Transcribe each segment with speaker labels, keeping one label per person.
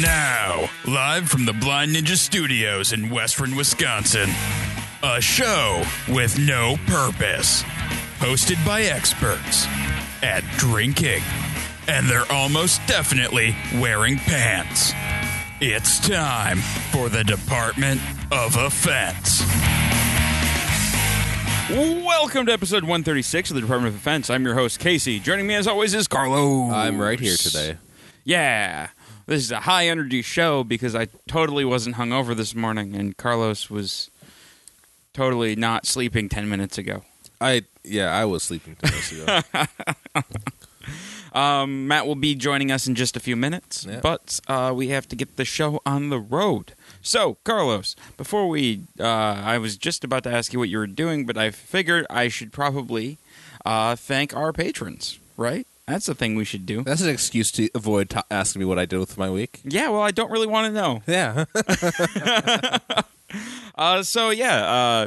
Speaker 1: Now, live from the Blind Ninja Studios in Western Wisconsin, a show with no purpose, hosted by experts at drinking, and they're almost definitely wearing pants. It's time for the Department of Offense.
Speaker 2: Welcome to episode 136 of the Department of Defense. I'm your host, Casey. Joining me, as always, is Carlo.
Speaker 3: I'm right here today.
Speaker 2: Yeah. This is a high energy show because I totally wasn't hungover this morning, and Carlos was totally not sleeping 10 minutes ago.
Speaker 3: I yeah, I was sleeping two minutes ago.
Speaker 2: Um, Matt will be joining us in just a few minutes,
Speaker 3: Yeah.
Speaker 2: but uh, we have to get the show on the road. So, Carlos, before we, uh, I was just about to ask you what you were doing, but I figured I should probably uh, thank our patrons, right? That's the thing we should do.
Speaker 3: That's an excuse to avoid t- asking me what I did with my week.
Speaker 2: Yeah, well, I don't really want to know.
Speaker 3: Yeah,
Speaker 2: Uh, so yeah, uh,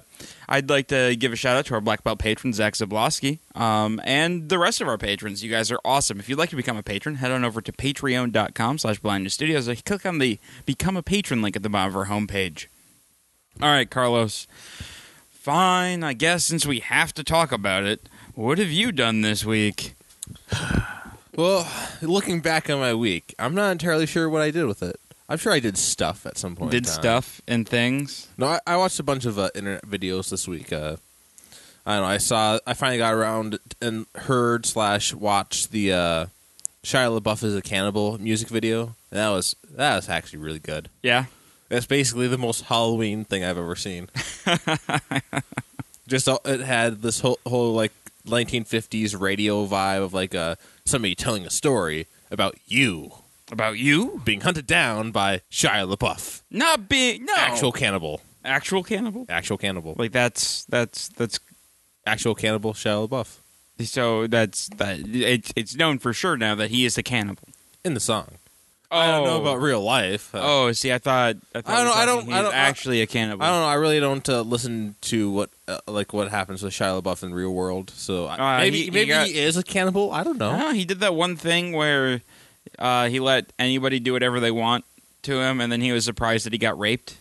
Speaker 2: I'd like to give a shout out to our black belt patron Zach Zablosky, um, and the rest of our patrons. You guys are awesome. If you'd like to become a patron, head on over to Patreon.com/slash Blind News Studios. Click on the Become a Patron link at the bottom of our homepage. All right, Carlos. Fine, I guess since we have to talk about it, what have you done this week?
Speaker 3: well, looking back on my week, I'm not entirely sure what I did with it. I'm sure I did stuff at some point. in
Speaker 2: Did
Speaker 3: time.
Speaker 2: stuff and things.
Speaker 3: No, I, I watched a bunch of uh, internet videos this week. Uh, I don't know. I saw. I finally got around and heard slash watched the uh, Shia LaBeouf is a cannibal music video. And that was that was actually really good.
Speaker 2: Yeah.
Speaker 3: That's basically the most Halloween thing I've ever seen. Just all, it had this whole whole like 1950s radio vibe of like uh, somebody telling a story about you
Speaker 2: About you?
Speaker 3: being hunted down by Shia LaBeouf,
Speaker 2: Not being no
Speaker 3: actual cannibal,
Speaker 2: actual cannibal.
Speaker 3: actual cannibal,
Speaker 2: Like that's that's that's
Speaker 3: actual cannibal Shia LaBeouf
Speaker 2: So that's that. It's it's known for sure now that he is the cannibal.
Speaker 3: in the song.
Speaker 2: Oh,
Speaker 3: I don't know about real life. Uh,
Speaker 2: Oh, see, I thought I, thought
Speaker 3: I don't-
Speaker 2: we were
Speaker 3: I don't-
Speaker 2: talking
Speaker 3: I
Speaker 2: he's
Speaker 3: don't-
Speaker 2: actually a cannibal.
Speaker 3: I don't know. I really don't uh, listen to what uh, like what happens with Shia LaBeouf in real world. So I
Speaker 2: Uh,
Speaker 3: maybe
Speaker 2: he- he
Speaker 3: maybe he,
Speaker 2: got-
Speaker 3: is a cannibal. I don't know.
Speaker 2: Ah, he did that one thing where uh, he let anybody do whatever they want to him, and then he was surprised that he got raped.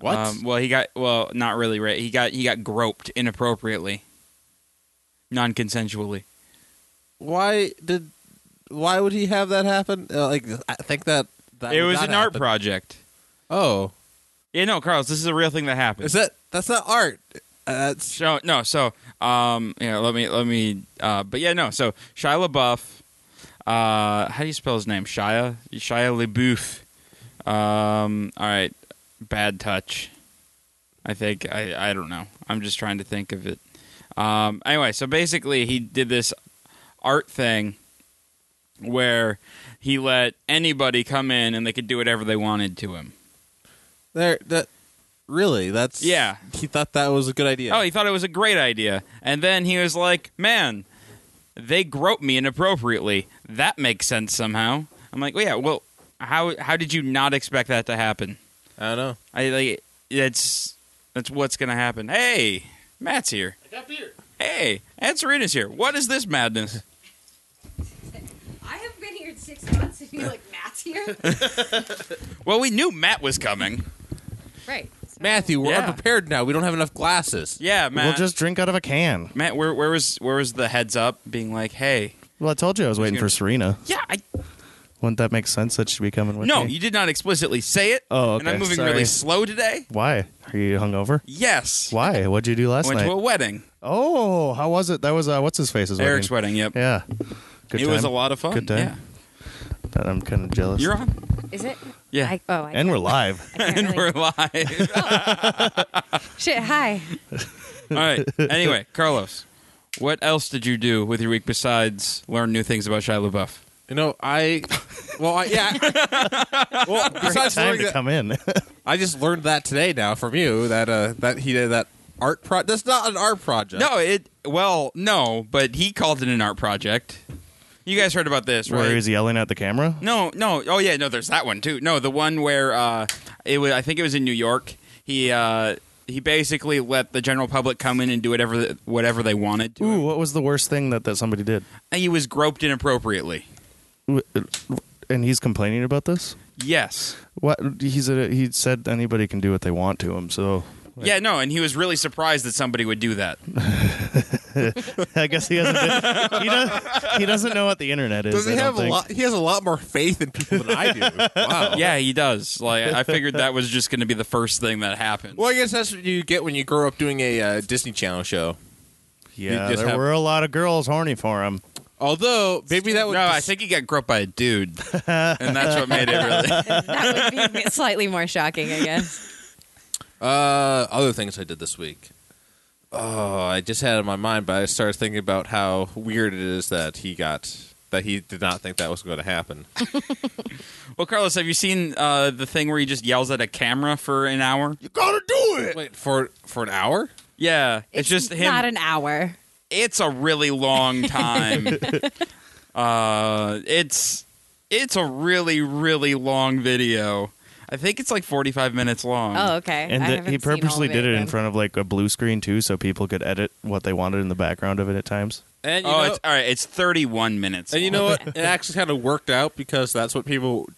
Speaker 3: What?
Speaker 2: Um, well, he got well, not really raped. He got he got groped inappropriately, non-consensually.
Speaker 3: why did why would he have that happen? Uh, like I think that, that
Speaker 2: it
Speaker 3: would
Speaker 2: was
Speaker 3: not
Speaker 2: an art
Speaker 3: happen.
Speaker 2: project.
Speaker 3: Oh,
Speaker 2: Yeah, no, Carlos, this is a real thing that happened.
Speaker 3: is that that's not art? Uh, that's
Speaker 2: So no, so um, yeah, let me let me, uh, but yeah, no, so Shia LaBeouf, uh, how do you spell his name? Shia Shia LaBeouf. Um, all right, bad touch. I think I I don't know. I'm just trying to think of it. Um, anyway, so basically, he did this art thing where he let anybody come in and they could do whatever they wanted to him.
Speaker 3: there. That really that's
Speaker 2: Yeah.
Speaker 3: He thought that was a good idea.
Speaker 2: Oh, he thought it was a great idea. And then he was like, man, they groped me inappropriately. That makes sense somehow. I'm like, well, yeah, well, how, how did you not expect that to happen?
Speaker 3: I don't know.
Speaker 2: I like that's that's what's gonna happen. Hey, Matt's here. I got beer. Hey, and Serena's here. What is this madness?
Speaker 4: I have been here six months, and you're like, Matt's here?
Speaker 2: Well, we knew Matt was coming.
Speaker 4: right.
Speaker 3: Matthew, we're
Speaker 2: Yeah.
Speaker 3: unprepared now. We don't have enough glasses.
Speaker 2: Yeah, Matt.
Speaker 5: We'll just drink out of a can.
Speaker 2: Matt, where where was where was the heads up being like, hey,
Speaker 5: Well, I told you I was waiting
Speaker 2: gonna-
Speaker 5: for Serena.
Speaker 2: yeah, I
Speaker 5: Wouldn't that make sense that she'd be coming with
Speaker 2: no,
Speaker 5: me?
Speaker 2: you did not explicitly say it.
Speaker 5: Oh,
Speaker 2: and I'm
Speaker 5: okay,
Speaker 2: moving
Speaker 5: sorry.
Speaker 2: really slow today.
Speaker 5: Why? Are you hungover?
Speaker 2: Yes.
Speaker 5: Why? What'd you do
Speaker 2: I
Speaker 5: last
Speaker 2: went
Speaker 5: night?
Speaker 2: to a wedding.
Speaker 5: oh, how was it? That was uh, what's his face's wedding.
Speaker 2: Eric's wedding. Yep.
Speaker 5: Yeah. Good
Speaker 2: it
Speaker 5: time.
Speaker 2: was a lot of fun.
Speaker 5: Good time. That- I'm kind of
Speaker 2: Yeah.
Speaker 5: jealous.
Speaker 2: You're on.
Speaker 4: Is it?
Speaker 2: Yeah.
Speaker 4: I, oh, I
Speaker 5: and we're live.
Speaker 4: can't
Speaker 2: and
Speaker 4: really-
Speaker 2: we're live.
Speaker 4: Shit, hi.
Speaker 2: All right. Anyway, Carlos, what else did you do with your week besides learn new things about Shia LaBeouf?
Speaker 3: You know, I well,
Speaker 2: Uh,
Speaker 3: I, yeah. I- well, besides
Speaker 5: Time
Speaker 3: learning
Speaker 5: to
Speaker 3: that-
Speaker 5: come in.
Speaker 3: I just learned that today now from you that uh that he did that art pro. That's not an art project.
Speaker 2: No, it. Well, no, but he called it an art project. You guys heard about this, right?
Speaker 5: Where he's yelling at the camera.
Speaker 2: No, no. Oh yeah, no. There's that one too. No, the one where uh, it was. I think it was in New York. He uh, he basically let the general public come in and do whatever whatever they wanted. To
Speaker 5: Ooh, what was the worst thing that that somebody did?
Speaker 2: And he was groped inappropriately.
Speaker 5: And he's complaining about this.
Speaker 2: Yes.
Speaker 5: What he's a, he said anybody can do what they want to him. So
Speaker 2: Yeah, no, and he was really surprised that somebody would do that.
Speaker 5: I guess he doesn't. he, does, he doesn't know what the internet is.
Speaker 3: Does he
Speaker 5: I don't
Speaker 3: have a
Speaker 5: think.
Speaker 3: lot? He has a lot more faith in people than I do. Wow.
Speaker 2: Yeah, he does. Like I figured that was just going to be the first thing that happened.
Speaker 3: Well, I guess that's what you get when you grow up doing a uh, Disney Channel show.
Speaker 5: Yeah,
Speaker 3: just
Speaker 5: there
Speaker 3: have-
Speaker 5: were a lot of girls horny for him.
Speaker 3: Although maybe that would.
Speaker 2: No, I think he got groped by a dude, and that's what made it really.
Speaker 4: That would be slightly more shocking, I guess.
Speaker 3: Uh, other things I did this week. Oh, I just had it in my mind, but I started thinking about how weird it is that he got that he did not think that was going to happen.
Speaker 2: Well, Carlos, have you seen uh, the thing where he just yells at a camera for an hour?
Speaker 3: you gotta do it. Wait for for an hour.
Speaker 2: Yeah, it's, just him.
Speaker 4: Not an hour.
Speaker 2: it's a really long time. uh, it's it's a really really long video. I think it's like forty five minutes long.
Speaker 4: Oh, okay.
Speaker 5: And
Speaker 4: I
Speaker 5: that
Speaker 4: haven't
Speaker 5: he
Speaker 4: seen all
Speaker 5: purposely
Speaker 4: of
Speaker 5: did it in
Speaker 4: then.
Speaker 5: front of like a blue screen too, so people could edit what they wanted in the background of it at times.
Speaker 3: And you
Speaker 2: Oh,
Speaker 3: know,
Speaker 2: it's all right. It's thirty one minutes.
Speaker 3: and you know what? It actually kind of worked out because that's what people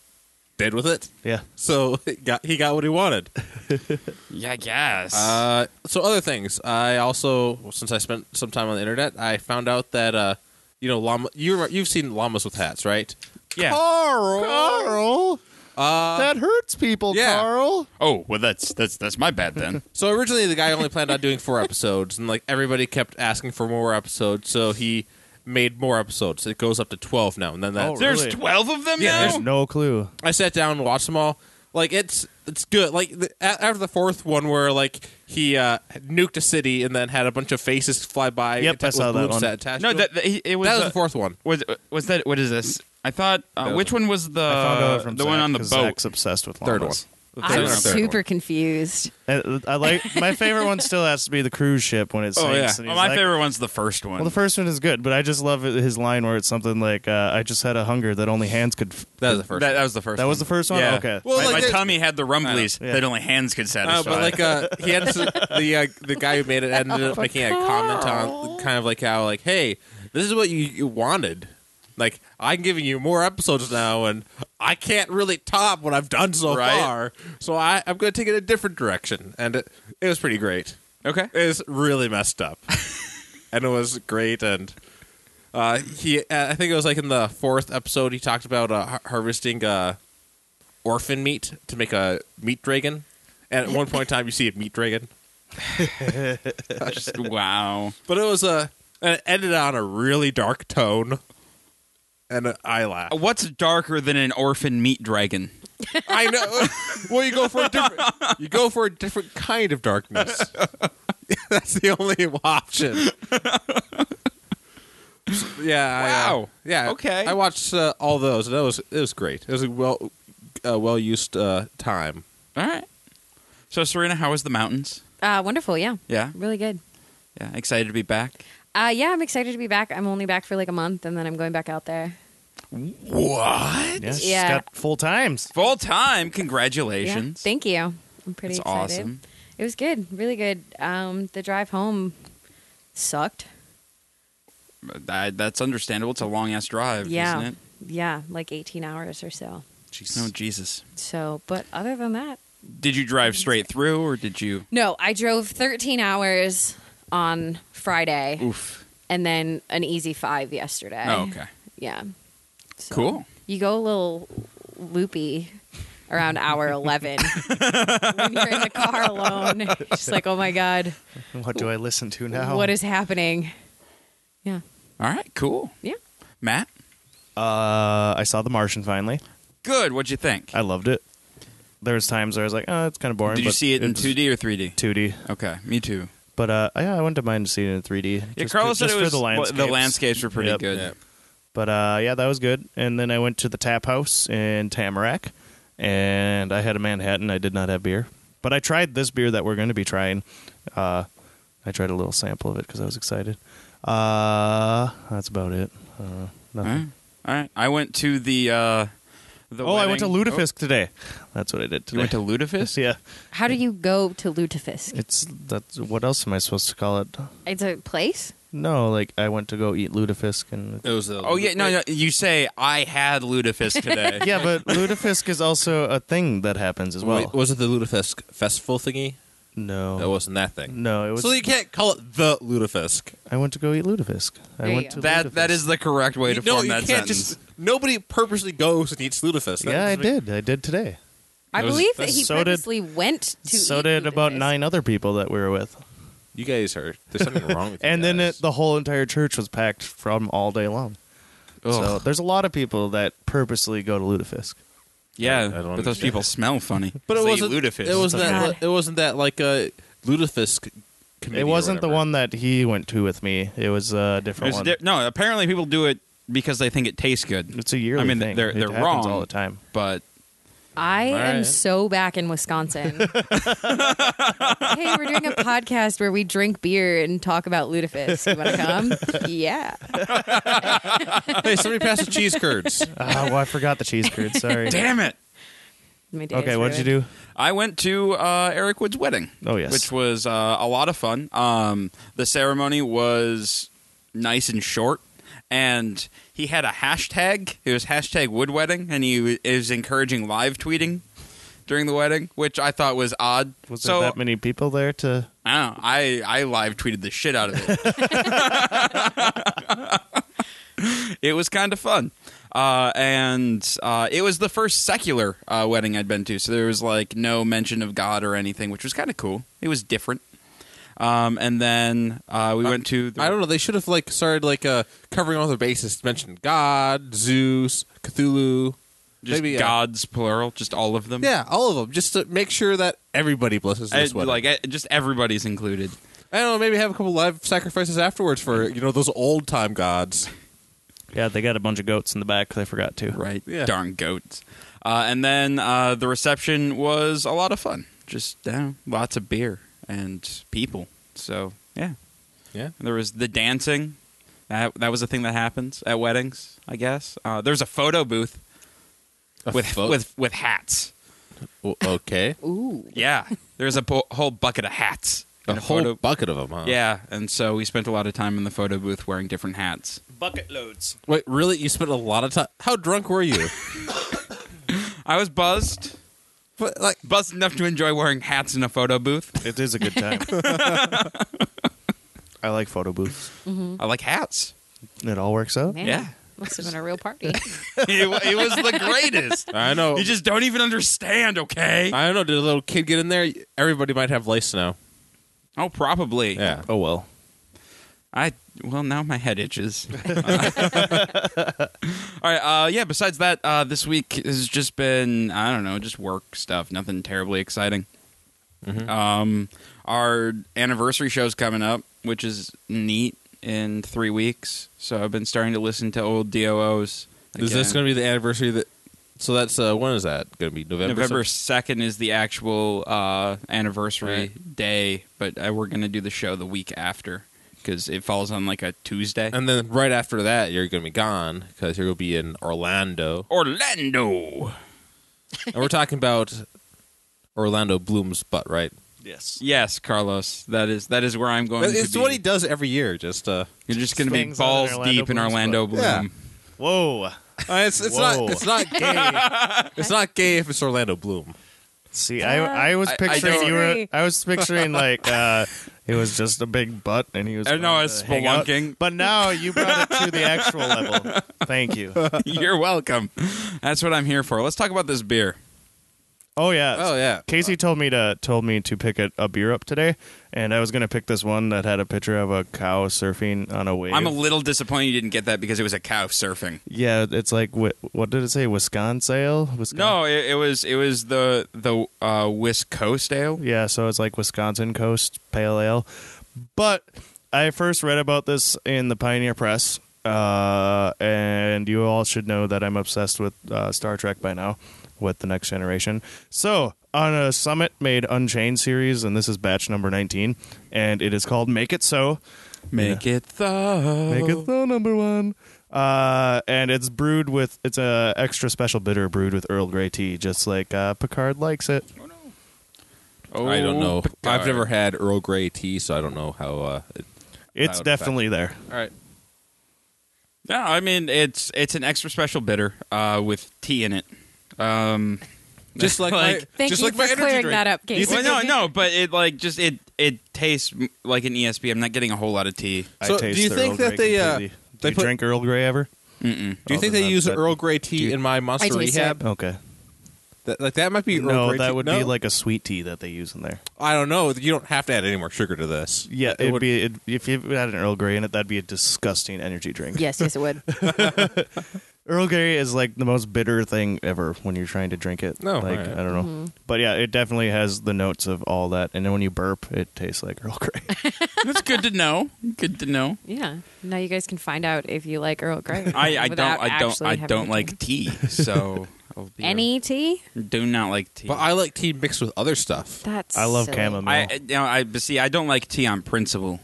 Speaker 3: did with it.
Speaker 5: Yeah,
Speaker 3: So it got, he got what he wanted.
Speaker 2: Yeah, I guess.
Speaker 3: Uh, so other things. I also, since I spent some time on the internet, I found out that uh, you know, llama. You remember, you've seen llamas with hats, right?
Speaker 2: yeah.
Speaker 3: Carl.
Speaker 5: Carl,
Speaker 2: Uh,
Speaker 5: that hurts people,
Speaker 3: yeah.
Speaker 5: Carl.
Speaker 2: Oh well, that's that's that's my bad then.
Speaker 3: So originally, the guy only planned on doing four episodes, and like everybody kept asking for more episodes, so he made more episodes. It goes up to twelve now, and then that.
Speaker 5: Oh, really?
Speaker 2: There's twelve of them
Speaker 3: Yeah,
Speaker 2: now.
Speaker 5: There's no clue.
Speaker 3: I sat down and watched them all. Like it's it's good. Like the, a- after the fourth one, where like he uh, nuked a city and then had a bunch of faces fly by.
Speaker 5: Yep,
Speaker 3: atta-
Speaker 5: I
Speaker 3: with
Speaker 5: saw that
Speaker 3: balloons
Speaker 5: one.
Speaker 3: attached
Speaker 2: no,
Speaker 3: to 'em.
Speaker 2: that, that- he- it was
Speaker 3: that was
Speaker 2: uh,
Speaker 3: the fourth one.
Speaker 2: was was that what is this? I thought uh,
Speaker 3: was
Speaker 2: which one was the
Speaker 5: I found out from
Speaker 2: Uh, the
Speaker 5: Zach,
Speaker 2: one on the
Speaker 5: 'cause
Speaker 2: boat?
Speaker 5: Zach's obsessed with
Speaker 3: Third
Speaker 5: llamas.
Speaker 3: one. The third
Speaker 4: I'm
Speaker 3: one. Third
Speaker 4: super
Speaker 3: one.
Speaker 4: confused.
Speaker 5: Uh, I like my favorite one. Still has to be the cruise ship when it sinks.
Speaker 3: yeah.
Speaker 5: and he's
Speaker 2: Well, Oh, my
Speaker 5: like-
Speaker 2: favorite one's the first one.
Speaker 5: Well, the first one is good, but I just love his line where it's something like, uh, "I just had a hunger that only hands could." F-.
Speaker 3: That was the first.
Speaker 2: that,
Speaker 3: one.
Speaker 2: that was the first.
Speaker 5: That
Speaker 2: one.
Speaker 5: was the first one.
Speaker 2: Yeah.
Speaker 5: Okay.
Speaker 3: Well,
Speaker 2: my,
Speaker 3: like
Speaker 2: my
Speaker 3: there's-
Speaker 2: tummy had the rumblies
Speaker 5: Yeah.
Speaker 2: that only hands could satisfy.
Speaker 3: Uh, but like uh, he had s- the uh, the guy who made it ended up making a comment on kind of like how like hey this is what you, you wanted like I'm giving you more episodes now and I can't really top what I've done so
Speaker 2: Right.
Speaker 3: far so I I'm gonna take it a different direction and it, it was pretty great
Speaker 2: okay.
Speaker 3: it was really messed up and it was great and. Uh, he, uh, I think it was like in the fourth episode, he talked about uh, har- harvesting uh, orphan meat to make a meat dragon. And at one point in time, you see a meat dragon.
Speaker 2: Just- wow.
Speaker 3: But it was a it ended on a really dark tone, and I laughed.
Speaker 2: Uh, What's darker than an orphan meat dragon?
Speaker 3: I know. Well, you go for a different you go for a different kind of darkness. That's the only option. Yeah. I, uh,
Speaker 2: Wow.
Speaker 3: yeah.
Speaker 2: Okay.
Speaker 3: I watched uh, all those, and that was it was great. It was a well uh, well used uh, time.
Speaker 2: All right. So Serena, how was the mountains?
Speaker 4: Uh, wonderful, yeah.
Speaker 2: Yeah.
Speaker 4: Really good.
Speaker 2: Yeah. Excited to be back.
Speaker 4: Uh, yeah, I'm excited to be back. I'm only back for like a month, and then I'm going back out there.
Speaker 2: What?
Speaker 5: yeah, she's
Speaker 4: Yeah.
Speaker 5: got full times.
Speaker 2: Full time.
Speaker 4: Yeah.
Speaker 2: Congratulations.
Speaker 4: Thank you. I'm pretty
Speaker 2: That's
Speaker 4: excited.
Speaker 2: awesome.
Speaker 4: It was good, really good. Um, the drive home sucked.
Speaker 2: That, that's understandable. It's a long ass drive,
Speaker 4: yeah,
Speaker 2: isn't it?
Speaker 4: yeah, like 18 hours or so.
Speaker 2: Oh Jesus!
Speaker 4: So, but other than that,
Speaker 2: Did you drive straight through, or did you?
Speaker 4: no, I drove 13 hours on Friday,
Speaker 2: Oof.
Speaker 4: and then an easy five yesterday.
Speaker 2: Oh, okay.
Speaker 4: Yeah. So
Speaker 2: Cool.
Speaker 4: You go a little loopy around hour 11 when you're in the car alone. It's Just like, oh my God,
Speaker 5: What do I listen to now?
Speaker 4: what is happening? Yeah.
Speaker 2: All right. Cool.
Speaker 4: Yeah.
Speaker 2: Matt,
Speaker 5: Uh, I saw The Martian finally.
Speaker 2: good. What'd you think?
Speaker 5: I loved it. There was times where I was like, "Oh, it's kind of boring."
Speaker 2: Did you
Speaker 5: but
Speaker 2: see it in
Speaker 5: it's
Speaker 2: 2D or 3D?
Speaker 5: 2D,
Speaker 2: Okay, me too.
Speaker 5: but uh, yeah, I wouldn't have minded seeing it in 3D.
Speaker 2: Yeah,
Speaker 5: just
Speaker 2: Carlos said
Speaker 5: for, just
Speaker 2: it
Speaker 5: for
Speaker 2: was
Speaker 5: the landscapes.
Speaker 2: were pretty
Speaker 5: Yep.
Speaker 2: good.
Speaker 5: But uh, yeah, that was good. And then I went to the tap house in Tamarack, and I had a Manhattan. I did not have beer, but I tried this beer that we're going to be trying. Uh, I tried a little sample of it because I was excited. Uh, that's about it. Uh,
Speaker 2: All
Speaker 5: nothing.
Speaker 2: right. All right. I went to the. Uh, the
Speaker 5: Oh, I went to
Speaker 2: wedding-
Speaker 5: Ludafisk today. That's what I did
Speaker 2: Oh,
Speaker 5: today.
Speaker 2: you went to Ludafisk?
Speaker 5: yeah.
Speaker 4: How do you go to Lutefisk?
Speaker 5: It's that's what else am I supposed to call it?
Speaker 4: It's a place?
Speaker 5: No, like I went to go eat lutefisk and
Speaker 3: It was. A,
Speaker 2: Oh yeah, no, no. You say I had lutefisk today.
Speaker 5: yeah, but lutefisk is also a thing that happens as well.
Speaker 3: Wait, was it the Ludafisk festival thingy?
Speaker 5: no,
Speaker 3: That wasn't that thing.
Speaker 5: no, Mm, it was.
Speaker 3: So you can't call it the Ludafisk.
Speaker 5: I went to go eat lutefisk. I
Speaker 4: There you
Speaker 5: went
Speaker 4: go.
Speaker 5: to
Speaker 2: That
Speaker 5: lutefisk.
Speaker 2: that is the correct way to
Speaker 3: no,
Speaker 2: form
Speaker 3: you
Speaker 2: that
Speaker 3: can't
Speaker 2: sentence.
Speaker 3: just. Nobody purposely goes and eats Ludafisk. That
Speaker 5: Yeah, I
Speaker 3: doesn't make-
Speaker 5: did. I did today.
Speaker 4: I
Speaker 2: That was-
Speaker 4: believe that he
Speaker 5: so did-
Speaker 4: purposely went to.
Speaker 5: so
Speaker 4: eat
Speaker 5: did about
Speaker 4: lutefisk.
Speaker 5: nine other people that we were with,
Speaker 3: You guys are. There's something wrong with you.
Speaker 5: and then
Speaker 3: guys.
Speaker 5: it, the whole entire church was packed from all day long. So
Speaker 2: Ugh.
Speaker 5: there's a lot of people that purposely go to lutefisk.
Speaker 2: yeah,
Speaker 3: I don't
Speaker 2: but those
Speaker 3: understand.
Speaker 2: people smell funny.
Speaker 3: But it
Speaker 2: They eat
Speaker 3: wasn't.
Speaker 2: lutefisk.
Speaker 3: It wasn't
Speaker 4: God.
Speaker 3: that. It wasn't that like a Ludafisk. committee
Speaker 5: It
Speaker 3: or
Speaker 5: wasn't the
Speaker 3: whatever.
Speaker 5: one that he went to with me. It was a different
Speaker 2: There's di-
Speaker 5: one.
Speaker 2: no, apparently people do it because they think it tastes good.
Speaker 5: it's a yearly
Speaker 2: I mean,
Speaker 5: thing.
Speaker 2: they're
Speaker 5: It
Speaker 2: they're
Speaker 5: happens
Speaker 2: wrong
Speaker 5: all the time.
Speaker 2: But
Speaker 4: I am
Speaker 3: right.
Speaker 4: so back in Wisconsin. hey, we're doing a podcast where we drink beer and talk about lutefisk. You want to come? yeah.
Speaker 3: hey, somebody pass the cheese curds.
Speaker 5: Ah, well, I forgot the cheese curd. Sorry.
Speaker 2: damn it,
Speaker 4: My day
Speaker 5: Okay,
Speaker 4: is
Speaker 5: what'd you
Speaker 4: ruined.
Speaker 5: do?
Speaker 2: I went to uh, Eric Wood's wedding.
Speaker 5: Oh, yes.
Speaker 2: which was uh, a lot of fun. Um, the ceremony was nice and short, and he had a hashtag. It was hashtag Wood Wedding, and he w- is encouraging live tweeting during the wedding, which I thought was odd.
Speaker 5: Was
Speaker 2: so
Speaker 5: there that many people there to?
Speaker 2: I, don't know, I I live tweeted the shit out of it. it was kind of fun. Uh, and uh, it was the first secular uh, wedding I'd been to, so there was like no mention of God or anything, which was kind of cool. It was different. Um, and then uh, we went to the,
Speaker 3: I don't know. They should have like started like uh, covering all their bases. Mentioned God, Zeus, Cthulhu,
Speaker 2: just
Speaker 3: maybe, uh,
Speaker 2: gods plural, just all of them.
Speaker 3: Yeah, all of them, just to make sure that everybody blesses
Speaker 2: I-
Speaker 3: this wedding.
Speaker 2: like I, just everybody's included.
Speaker 3: I don't know, maybe have a couple live sacrifices afterwards for you know those old time gods.
Speaker 5: Yeah, they got a bunch of goats in the back. They forgot to.
Speaker 2: right?
Speaker 3: Yeah.
Speaker 2: Darn goats. Uh, and then uh, the reception was a lot of fun. Just I don't know, lots of beer and people. So yeah,
Speaker 3: Yeah,
Speaker 2: there was the dancing. That that was a thing that happens at weddings, I guess. Uh, there's a photo booth with with with hats.
Speaker 3: okay,
Speaker 4: Ooh.
Speaker 2: Yeah, there's a po- whole bucket of hats.
Speaker 3: a
Speaker 2: and
Speaker 3: whole
Speaker 2: photo-
Speaker 3: bucket of them. Huh?
Speaker 2: Yeah, and so we spent a lot of time in the photo booth wearing different hats.
Speaker 5: Bucket loads.
Speaker 3: Wait, really? You spent a lot of time. How drunk were you?
Speaker 2: I was buzzed,
Speaker 3: but like,
Speaker 2: buzzed enough to enjoy wearing hats in a photo booth.
Speaker 5: It is a good time. I like photo booths.
Speaker 3: Mm-hmm.
Speaker 2: I like hats.
Speaker 5: It all works out.
Speaker 4: Man,
Speaker 2: Yeah.
Speaker 4: Must have been a real party.
Speaker 2: it, wa- it was the greatest.
Speaker 3: I know.
Speaker 2: You just don't even understand, okay?
Speaker 3: I don't know. Did a little kid get in there? Everybody might have lice now.
Speaker 2: Oh, probably.
Speaker 3: Yeah.
Speaker 5: Oh well.
Speaker 2: I well now my head itches. Uh, all right. Uh, yeah. Besides that, uh, this week has just been I don't know, just work stuff. Nothing terribly exciting. Um, our anniversary show's coming up, which is neat in three weeks. So I've been starting to listen to old DOOs.
Speaker 3: Is this
Speaker 2: again.
Speaker 3: going to be the anniversary that? So that's uh, when is that going to be? November.
Speaker 2: November
Speaker 3: something?
Speaker 2: second is the actual uh, anniversary
Speaker 3: Right.
Speaker 2: day, but uh, we're gonna do the show the week after because it falls on like a Tuesday.
Speaker 3: And then right after that, you're going to be gone because you're going to be in Orlando,
Speaker 2: Orlando.
Speaker 3: and we're talking about Orlando Bloom's butt, right?
Speaker 5: Yes.
Speaker 2: Yes, Carlos. That is that is where I'm going. to
Speaker 3: It's
Speaker 2: be.
Speaker 3: what he does every year. Just uh,
Speaker 2: You're just gonna be
Speaker 5: Swings on an
Speaker 2: balls
Speaker 5: Orlando
Speaker 2: deep in
Speaker 5: Bloom's
Speaker 2: Orlando Bloom.
Speaker 3: Yeah.
Speaker 5: Whoa.
Speaker 3: Uh, it's it's
Speaker 5: Whoa.
Speaker 3: not it's not gay. it's not gay if it's Orlando Bloom.
Speaker 5: See, I I was
Speaker 2: Uh, I- I
Speaker 5: picturing
Speaker 2: don't-
Speaker 5: you were. I was picturing like uh, it was just a big butt, and he was.
Speaker 2: I know,
Speaker 5: going
Speaker 2: I was
Speaker 5: to hang out.
Speaker 2: spelunking.
Speaker 5: But now you brought it to the actual level. Thank you.
Speaker 2: You're welcome. That's what I'm here for. Let's talk about this beer.
Speaker 5: Oh yeah.
Speaker 3: Oh yeah.
Speaker 5: Casey told me to told me to pick a, a beer up today, and I was gonna pick this one that had a picture of a cow surfing on a wave.
Speaker 2: I'm a little disappointed you didn't get that because it was a cow surfing.
Speaker 5: yeah, it's like wi- what did it say? Wisconsin sale? Wisconsin?
Speaker 2: No, it, it was it was the the uh, Wiscoast ale.
Speaker 5: Yeah, so it's like Wisconsin Coast Pale Ale. But I first read about this in the Pioneer Press, uh, and you all should know that I'm obsessed with uh, Star Trek by now, with the Next Generation. So on a summit made Unchained series, and this is batch number 19, and it is called Make It So.
Speaker 2: Make it the
Speaker 5: Make it so number one. Uh, and it's brewed with it's a extra special bitter brewed with Earl Grey tea, just like uh, Picard likes it.
Speaker 2: Oh,
Speaker 3: I don't know.
Speaker 2: Picard. Oh,
Speaker 3: I've never had Earl Grey tea, so I don't know how. Uh, it-
Speaker 5: It's
Speaker 3: would be fine.
Speaker 5: definitely there.
Speaker 3: All right.
Speaker 2: No, I mean it's it's an extra special bitter uh, with tea in it. Um,
Speaker 3: Just like,
Speaker 2: Like-
Speaker 3: my,
Speaker 4: Thank
Speaker 3: just
Speaker 4: you
Speaker 3: like
Speaker 4: for
Speaker 3: my energy
Speaker 4: clearing
Speaker 3: drink.
Speaker 4: that up, Casey.
Speaker 2: well, no, no, but it like just it it tastes m- like an ESP. I'm not getting a whole lot of tea.
Speaker 3: So,
Speaker 5: I taste
Speaker 3: do you
Speaker 5: their
Speaker 3: think
Speaker 5: Earl
Speaker 3: that
Speaker 5: Grey
Speaker 3: they, uh,
Speaker 5: completely. Do
Speaker 3: they
Speaker 5: you
Speaker 3: put-
Speaker 5: drink Earl Grey ever?
Speaker 2: Mm-mm.
Speaker 3: Do you
Speaker 5: Oh,
Speaker 3: think
Speaker 5: then
Speaker 3: they
Speaker 5: that-
Speaker 3: use
Speaker 5: that-
Speaker 3: Earl Grey tea in my monster
Speaker 4: I taste
Speaker 3: rehab?
Speaker 5: Okay.
Speaker 3: That- like that might be Earl
Speaker 5: no,
Speaker 3: Grey
Speaker 5: that
Speaker 3: tea.
Speaker 5: would
Speaker 3: No?
Speaker 5: be like a sweet tea that they use in there.
Speaker 3: I don't know. You don't have to add any more sugar to this.
Speaker 5: Yeah,
Speaker 3: It
Speaker 5: it'd
Speaker 3: would-
Speaker 5: be it'd, if you had an Earl Grey in it, that'd be a disgusting energy drink.
Speaker 4: Yes, yes, it would.
Speaker 5: Earl Grey is like the most bitter thing ever when you're trying to drink it.
Speaker 3: No,
Speaker 5: like
Speaker 3: alright.
Speaker 5: I don't know, but yeah, it definitely has the notes of all that. And then when you burp, it tastes like Earl Grey.
Speaker 2: That's good to know. Good to know.
Speaker 4: Yeah. Now you guys can find out if you like Earl Grey.
Speaker 2: I, I don't
Speaker 4: without
Speaker 2: I don't
Speaker 4: actually
Speaker 2: I
Speaker 4: having
Speaker 2: don't
Speaker 4: to
Speaker 2: like
Speaker 4: drink.
Speaker 2: tea. So I'll be
Speaker 4: any tea.
Speaker 2: do not like tea.
Speaker 3: But I like tea mixed with other stuff.
Speaker 4: That's
Speaker 5: I love
Speaker 4: silly.
Speaker 5: chamomile.
Speaker 2: I you know, I but see I don't like tea on principle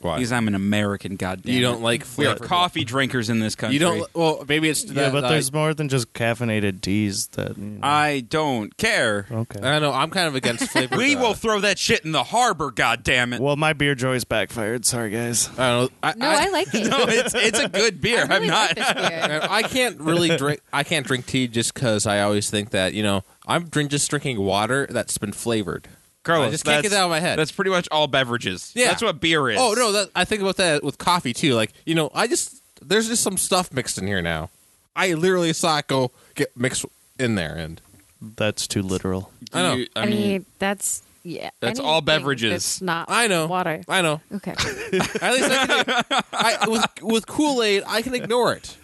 Speaker 3: Why?
Speaker 2: because I'm an American. Goddamn,
Speaker 3: You
Speaker 2: it.
Speaker 3: don't like
Speaker 2: We are
Speaker 3: flavor.
Speaker 2: coffee drinkers in this country.
Speaker 3: You don't. Well, maybe it's.
Speaker 5: yeah,
Speaker 3: that,
Speaker 5: but
Speaker 3: uh,
Speaker 5: there's more than just caffeinated teas that. you know.
Speaker 2: I don't care.
Speaker 5: okay.
Speaker 3: I don't know. I'm kind of against flavor.
Speaker 2: We will throw that shit in the harbor. Goddammit.
Speaker 5: well, my beer joys backfired. Sorry, guys.
Speaker 3: I don't know. I,
Speaker 4: No,
Speaker 3: I,
Speaker 4: I, like it.
Speaker 2: no, it's it's a good beer.
Speaker 4: I really
Speaker 2: I'm not.
Speaker 4: Like this beer.
Speaker 3: I can't really drink. I can't drink tea just because I always think that you know I'm drink, just drinking water that's been flavored.
Speaker 2: Carlos,
Speaker 3: I just can't get
Speaker 2: that's-
Speaker 3: that out of my head.
Speaker 2: That's pretty much all beverages.
Speaker 3: Yeah.
Speaker 2: that's what beer is.
Speaker 3: oh no, that, I think about that with coffee too. Like you know, I just there's just some stuff mixed in here now. I literally saw it go get mixed in there, and
Speaker 5: That's too literal.
Speaker 2: Do
Speaker 3: I know.
Speaker 2: you-
Speaker 4: I mean, that's yeah.
Speaker 2: That's all
Speaker 4: anything
Speaker 2: beverages.
Speaker 4: That's not.
Speaker 3: I know
Speaker 4: water.
Speaker 3: I know.
Speaker 4: Okay.
Speaker 3: At least I can, I, with with Kool Aid, I can ignore it.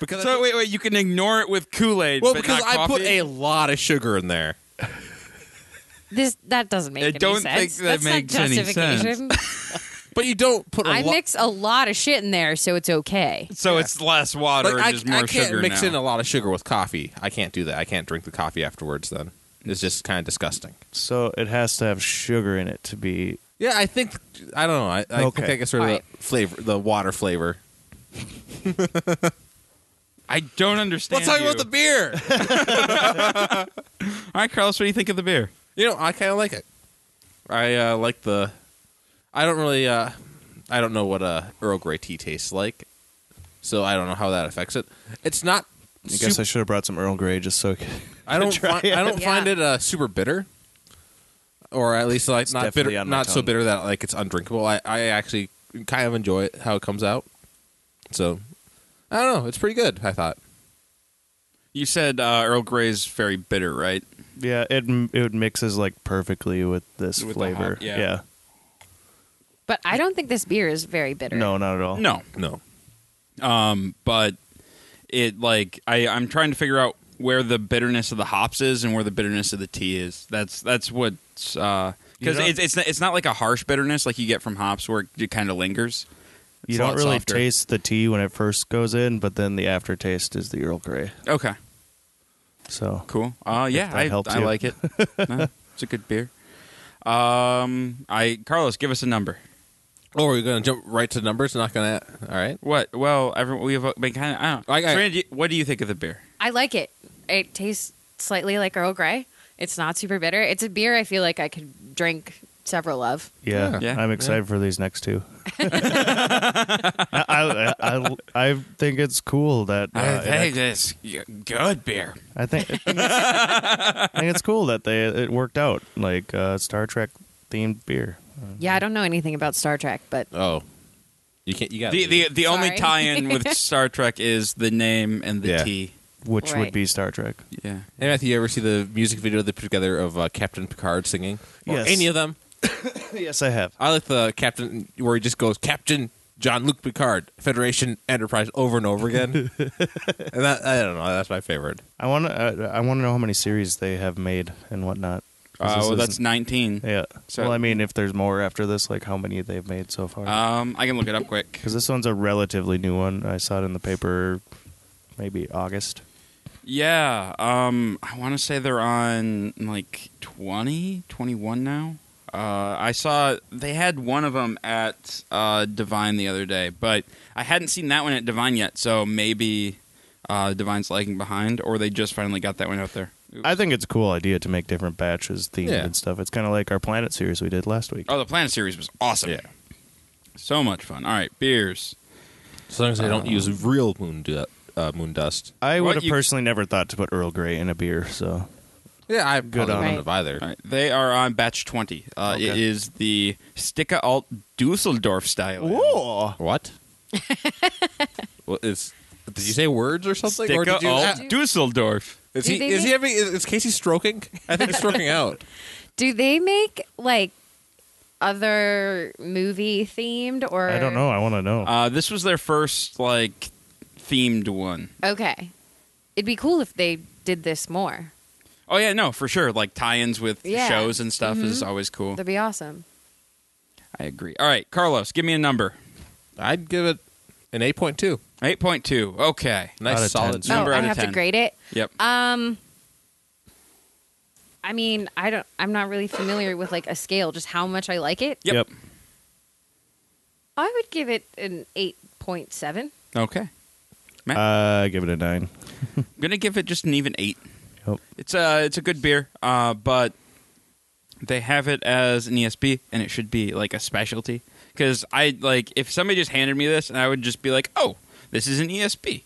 Speaker 3: because I
Speaker 2: so
Speaker 3: put-
Speaker 2: wait, wait. You can ignore it with Kool Aid.
Speaker 3: well,
Speaker 2: but
Speaker 3: because
Speaker 2: not
Speaker 3: I put
Speaker 2: coffee?
Speaker 3: a lot of sugar in there.
Speaker 4: This that doesn't make
Speaker 2: I
Speaker 4: any
Speaker 2: don't
Speaker 4: sense.
Speaker 2: think that
Speaker 4: That's
Speaker 2: makes
Speaker 4: not
Speaker 2: any
Speaker 4: justification.
Speaker 3: But you don't put a
Speaker 4: I
Speaker 3: lot.
Speaker 4: mix a lot of shit in there, so it's okay.
Speaker 2: So it's less water
Speaker 3: Like,
Speaker 2: and
Speaker 3: I,
Speaker 2: just
Speaker 3: I
Speaker 2: more
Speaker 3: can't
Speaker 2: sugar
Speaker 3: mix
Speaker 2: now.
Speaker 3: in a lot of sugar with coffee. I can't do that. I can't drink the coffee afterwards. Then it's just kind of disgusting.
Speaker 5: So it has to have sugar in it to be.
Speaker 3: Yeah, I think I don't know. I, I
Speaker 5: Okay.
Speaker 3: think I gets rid of
Speaker 4: Alright.
Speaker 3: the flavor, the water flavor.
Speaker 2: I don't understand.
Speaker 3: Let's talk
Speaker 2: you.
Speaker 3: about the beer.
Speaker 2: All right, Carlos, what do you think of the beer?
Speaker 3: you know, I kind of like it. I uh, like the. I don't really. Uh, I don't know what uh, Earl Grey tea tastes like, so I don't know how that affects it. It's not.
Speaker 5: I guess I should have brought some Earl Grey just so.
Speaker 3: I don't. Find, I don't
Speaker 4: Yeah.
Speaker 3: find it uh, super bitter, or at least like not
Speaker 5: definitely
Speaker 3: bitter,
Speaker 5: on my
Speaker 3: not so
Speaker 5: tongue.
Speaker 3: bitter that like it's undrinkable. I, I actually kind of enjoy it how it comes out. So I don't know. It's pretty good. I thought.
Speaker 2: You said uh, Earl Grey's very bitter, right?
Speaker 5: Yeah, it m- it mixes like perfectly with this
Speaker 2: With the hop,
Speaker 5: flavor.
Speaker 2: yeah.
Speaker 5: yeah.
Speaker 4: But I don't think this beer is very bitter.
Speaker 5: No, not at all.
Speaker 2: No,
Speaker 3: No.
Speaker 2: um, but it like I I'm trying to figure out where the bitterness of the hops is and where the bitterness of the tea is. That's that's what's because
Speaker 5: You don't-
Speaker 2: it's it's not, it's not like a harsh bitterness like you get from hops where it kind of lingers.
Speaker 5: you
Speaker 2: It's a
Speaker 5: don't
Speaker 2: lot
Speaker 5: really
Speaker 2: softer.
Speaker 5: taste the tea when it first goes in, but then the aftertaste is the Earl Grey.
Speaker 2: Okay,
Speaker 5: So
Speaker 2: cool. Uh, yeah,
Speaker 5: that
Speaker 2: I
Speaker 5: helps
Speaker 2: I
Speaker 5: you.
Speaker 2: like it. No, it's a good beer. Um, I Carlos, give us a number.
Speaker 3: Oh, we're gonna jump right to numbers. Not gonna. All right.
Speaker 2: What? Well, everyone we've uh, been kind of. I don't.
Speaker 3: I- I-
Speaker 2: Serena, do you- what do you think of the beer?
Speaker 4: I like it. It tastes slightly like Earl Grey. It's not super bitter. It's a beer I feel like I could drink several of.
Speaker 5: yeah,
Speaker 2: Yeah.
Speaker 5: I'm excited for these next two. I, I, I, I think it's cool that uh, it act-
Speaker 2: it's good beer.
Speaker 5: I think I think it's cool that they it worked out like uh, Star Trek themed beer.
Speaker 4: Yeah, I don't know anything about Star Trek, but
Speaker 3: Oh, you can't. You got
Speaker 2: The the the only
Speaker 4: Sorry.
Speaker 2: tie-in with Star Trek is the name and the
Speaker 3: Yeah.
Speaker 2: T.
Speaker 5: Which
Speaker 4: Right.
Speaker 5: would be Star Trek.
Speaker 2: Yeah.
Speaker 3: Hey Matthew, you ever see the music video they put together of uh, Captain Picard singing? Or
Speaker 5: Yes.
Speaker 3: Any of them?
Speaker 5: yes, I have.
Speaker 3: I like the Captain where he just goes Captain John Luke Picard Federation Enterprise over and over again. and that I don't know. That's my favorite.
Speaker 5: I want to. I want to know how many series they have made and whatnot. 'Cause
Speaker 2: Uh,
Speaker 5: this
Speaker 2: well, that's
Speaker 5: isn't-
Speaker 2: nineteen.
Speaker 5: yeah.
Speaker 2: so-
Speaker 5: well, I mean, if there's more after this, like how many they've made so far?
Speaker 2: Um, I can look it up quick.
Speaker 5: Because this one's a relatively new one. I saw it in the paper, maybe August.
Speaker 2: Yeah. Um, I want to say they're on like 20, 21 now. Uh, I saw they had one of them at uh, Divine the other day, but I hadn't seen that one at Divine yet. So maybe uh, Divine's lagging behind, or they just finally got that one out there.
Speaker 5: I think it's a cool idea to make different batches themed
Speaker 3: Yeah.
Speaker 5: and stuff. It's kind of like our planet series we did last week.
Speaker 2: Oh, the Planet series was awesome.
Speaker 3: Yeah.
Speaker 2: So much fun. All right, beers.
Speaker 3: As long as I don't use real moon, du- uh, moon dust.
Speaker 5: I would
Speaker 2: What
Speaker 5: have
Speaker 2: you-
Speaker 5: personally never thought to put Earl Grey in a beer. So
Speaker 3: Yeah, I probably
Speaker 5: on
Speaker 3: wouldn't
Speaker 4: him.
Speaker 3: have either.
Speaker 2: All right, they are on batch 20. Uh, It
Speaker 5: Okay.
Speaker 2: is the Sticka Alt Dusseldorf style.
Speaker 3: What? well, is did you say words or something? or
Speaker 2: Sticka
Speaker 3: did you, uh,
Speaker 2: Alt
Speaker 4: Do-
Speaker 2: Dusseldorf.
Speaker 3: is
Speaker 4: Do
Speaker 3: he
Speaker 4: they
Speaker 3: is he
Speaker 4: make-
Speaker 3: having is, is Casey stroking? I think he's stroking out.
Speaker 4: Do they make like other movie themed or
Speaker 5: I don't know. I want to know.
Speaker 2: Uh, this was their first like themed one.
Speaker 4: Okay. It'd be cool if they did this more.
Speaker 2: Oh yeah, no, for sure. Like tie-ins with
Speaker 4: Yeah. Mm-hmm.
Speaker 2: shows and stuff is always cool.
Speaker 4: That'd be awesome.
Speaker 2: I agree. All right, Carlos, give me a number.
Speaker 3: I'd give it an eight point two.
Speaker 2: 8.2. Okay.
Speaker 5: Out
Speaker 3: Nice
Speaker 5: of
Speaker 3: solid.
Speaker 5: 10.
Speaker 4: Oh,
Speaker 2: Number out
Speaker 4: I
Speaker 2: of
Speaker 4: have
Speaker 2: 10.
Speaker 4: to grade it.
Speaker 2: Yep.
Speaker 4: Um I mean, I don't I'm not really familiar with like a scale, just how much I like it.
Speaker 2: Yep.
Speaker 4: I would give it an 8.7.
Speaker 2: Okay.
Speaker 5: Yep. Uh, give it a nine.
Speaker 2: I'm gonna give it just an even eight.
Speaker 5: Yep.
Speaker 2: It's a it's a good beer, uh, but they have it as an ESB, and it should be like a specialty. Because I like if somebody just handed me this, and I would just be like, "Oh, this is an ESB.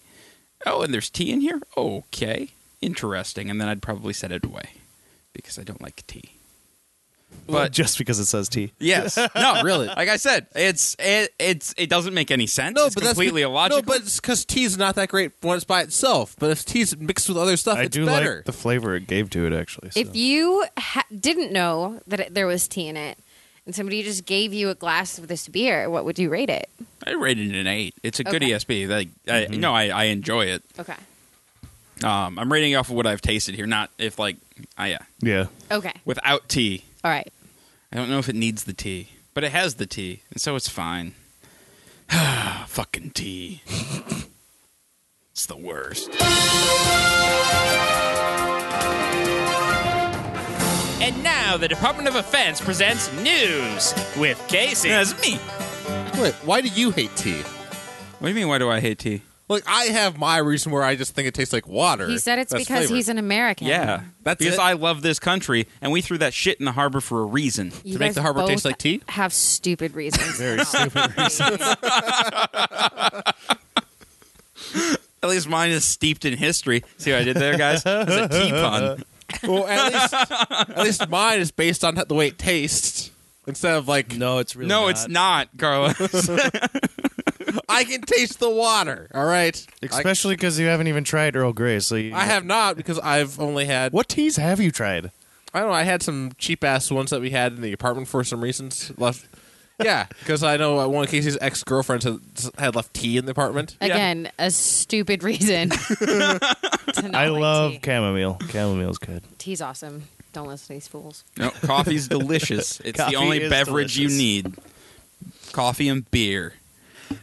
Speaker 2: Oh, and there's tea in here. Okay, interesting." And then I'd probably set it away because I don't like tea. But
Speaker 5: just because it says T.
Speaker 2: yes, no,
Speaker 3: Really?
Speaker 2: like I said, it's it it's it doesn't make any sense.
Speaker 3: No,
Speaker 2: it's
Speaker 3: but
Speaker 2: completely
Speaker 3: that's, be-
Speaker 2: illogical.
Speaker 3: No, but it's because tea's not that great when it's by itself. But if tea's mixed with other stuff,
Speaker 5: I
Speaker 3: it's
Speaker 5: do
Speaker 3: better.
Speaker 5: like the flavor it gave to it actually. so.
Speaker 4: If you ha- didn't know that it, there was tea in it and somebody just gave you a glass of this beer, what would you rate it?
Speaker 2: I rated it an eight. It's a good
Speaker 4: Okay.
Speaker 2: ESB. Like I, no, I, I enjoy it.
Speaker 4: Okay.
Speaker 2: Um, I'm rating off of what I've tasted here, not if like, I yeah,
Speaker 5: yeah,
Speaker 4: Okay.
Speaker 2: without tea.
Speaker 4: All right.
Speaker 2: I don't know if it needs the tea, but it has the tea, and so it's fine. Fucking tea. it's the worst.
Speaker 6: And now the Department of Defense presents news with Casey.
Speaker 2: That's me.
Speaker 3: Wait, why do you hate tea?
Speaker 2: What do you mean? Why do I hate tea?
Speaker 3: Like I have my reason where I just think it tastes like water.
Speaker 4: He said it's
Speaker 3: That's
Speaker 4: because
Speaker 3: flavored.
Speaker 4: he's an American.
Speaker 2: Yeah,
Speaker 3: That's
Speaker 2: because
Speaker 3: it?
Speaker 2: I love this country, and we threw that shit in the harbor for a reason.
Speaker 4: You
Speaker 3: To make
Speaker 4: guys
Speaker 3: the harbor taste
Speaker 4: both
Speaker 3: like tea?
Speaker 4: Have stupid reasons.
Speaker 5: Very stupid
Speaker 4: reasons.
Speaker 2: At least mine is steeped in history. See what I did there, guys? It's a tea pun.
Speaker 3: Well, at least, at least mine is based on the way it tastes instead of like
Speaker 5: no, it's really
Speaker 2: no, it's not, Carlos.
Speaker 3: I can taste the water. All right,
Speaker 5: Especially because you haven't even tried Earl Grey, so you,
Speaker 3: I, I have not because I've only had
Speaker 5: What teas have you tried?
Speaker 3: I don't know. I had some cheap ass ones that we had in the apartment for some reasons left. Yeah, because I know uh, one of Casey's ex girlfriends had, had left tea in the apartment.
Speaker 4: Again, a stupid reason. to not
Speaker 5: I
Speaker 4: like
Speaker 5: love
Speaker 4: tea.
Speaker 5: chamomile. Chamomile's good.
Speaker 4: Tea's awesome. Don't listen to these fools.
Speaker 2: No, coffee's delicious. It's
Speaker 5: Coffee
Speaker 2: the only
Speaker 5: is
Speaker 2: beverage you need.
Speaker 5: delicious.
Speaker 2: Coffee and beer.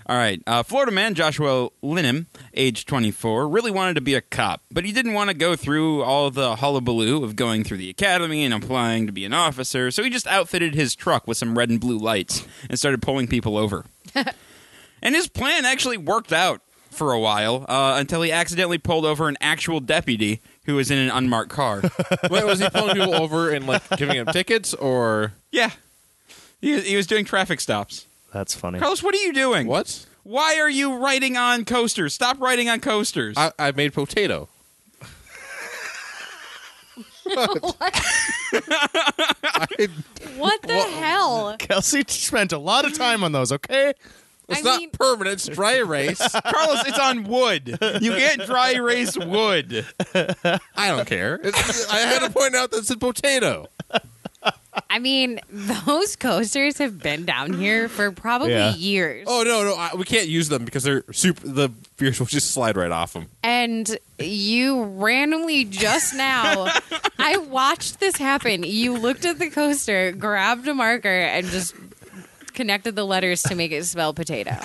Speaker 2: All right. Uh, Florida man Joshua Linham, age 24, really wanted to be a cop, but he didn't want to go through all the hullabaloo of going through the academy and applying to be an officer, so he just outfitted his truck with some red and blue lights and started pulling people over. and his plan actually worked out for a while uh, until he accidentally pulled over an actual deputy who was in an unmarked car.
Speaker 3: Wait, was he pulling people over and like giving them tickets or
Speaker 2: Yeah. He, he was doing traffic stops.
Speaker 5: That's funny.
Speaker 2: Carlos, what are you doing?
Speaker 3: what?
Speaker 2: Why are you writing on coasters? Stop writing on coasters.
Speaker 3: I, I made potato.
Speaker 4: What the hell?
Speaker 5: Kelsey spent a lot of time on those. Okay,
Speaker 3: It's
Speaker 4: I
Speaker 3: not
Speaker 4: mean-
Speaker 3: permanent. It's dry erase.
Speaker 2: Carlos, it's on wood. You can't dry erase wood.
Speaker 3: I don't care. It's, I had to point out that it's a potato.
Speaker 4: I mean, those coasters have been down here for probably
Speaker 5: Yeah.
Speaker 4: years.
Speaker 3: Oh no, no, I, we can't use them because they're super. The beers will just slide right off them.
Speaker 4: And you randomly just now, I watched this happen. You looked at the coaster, grabbed a marker, and just connected the letters to make it spell potato.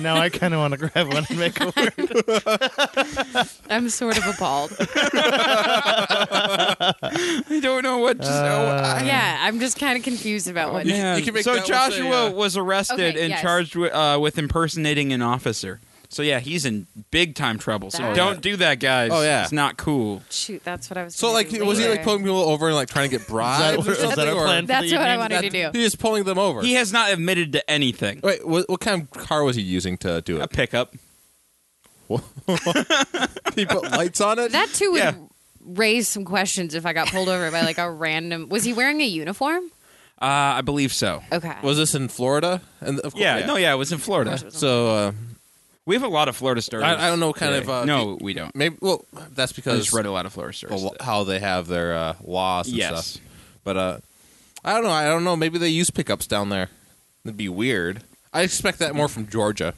Speaker 5: now I kind of want to grab one and make a word.
Speaker 4: I'm sort of appalled.
Speaker 5: Uh-huh.
Speaker 2: I don't know what. Just,
Speaker 4: yeah, I'm just kind of confused about what.
Speaker 3: you can make
Speaker 2: Uh, so
Speaker 3: that one say,
Speaker 2: Joshua
Speaker 3: uh,
Speaker 2: was arrested
Speaker 4: Okay,
Speaker 2: and
Speaker 4: yes.
Speaker 2: charged with, uh, with impersonating an officer. So yeah, he's in big time trouble. So
Speaker 4: That-
Speaker 2: don't do that, guys.
Speaker 3: Oh, yeah.
Speaker 2: it's not cool.
Speaker 4: Shoot, that's what I was.
Speaker 3: So
Speaker 4: gonna
Speaker 3: like,
Speaker 4: do
Speaker 3: was he
Speaker 4: later.
Speaker 3: like pulling people over and like trying to get bribes or
Speaker 5: is that
Speaker 3: something?
Speaker 5: our
Speaker 3: or-
Speaker 5: plan?
Speaker 4: That's
Speaker 5: the
Speaker 4: what I
Speaker 5: evening?
Speaker 4: wanted to
Speaker 3: He
Speaker 4: do.
Speaker 3: was pulling them over.
Speaker 2: He has not admitted to anything.
Speaker 3: Wait, what, what kind of car was he using to do
Speaker 2: A
Speaker 3: it?
Speaker 2: pickup.
Speaker 3: he put lights on it.
Speaker 4: That too would
Speaker 2: Yeah.
Speaker 4: raise some questions if I got pulled over by like a random. Was he wearing a uniform?
Speaker 2: Uh, I believe so.
Speaker 4: Okay.
Speaker 3: was this in Florida? And of course,
Speaker 2: Yeah, no, yeah, it was in Florida.
Speaker 3: So uh,
Speaker 2: We have a lot of Florida stories.
Speaker 3: I- I don't know what kind
Speaker 2: today.
Speaker 3: of, uh,
Speaker 2: no, we don't.
Speaker 3: maybe well, that's
Speaker 2: I
Speaker 3: because
Speaker 2: just read a lot of Florida stories.
Speaker 3: the-
Speaker 2: today.
Speaker 3: how they have their uh, laws and
Speaker 2: Yes.
Speaker 3: stuff. But uh, I don't know. I don't know. Maybe they use pickups down there. That'd be weird. I expect that more from Georgia.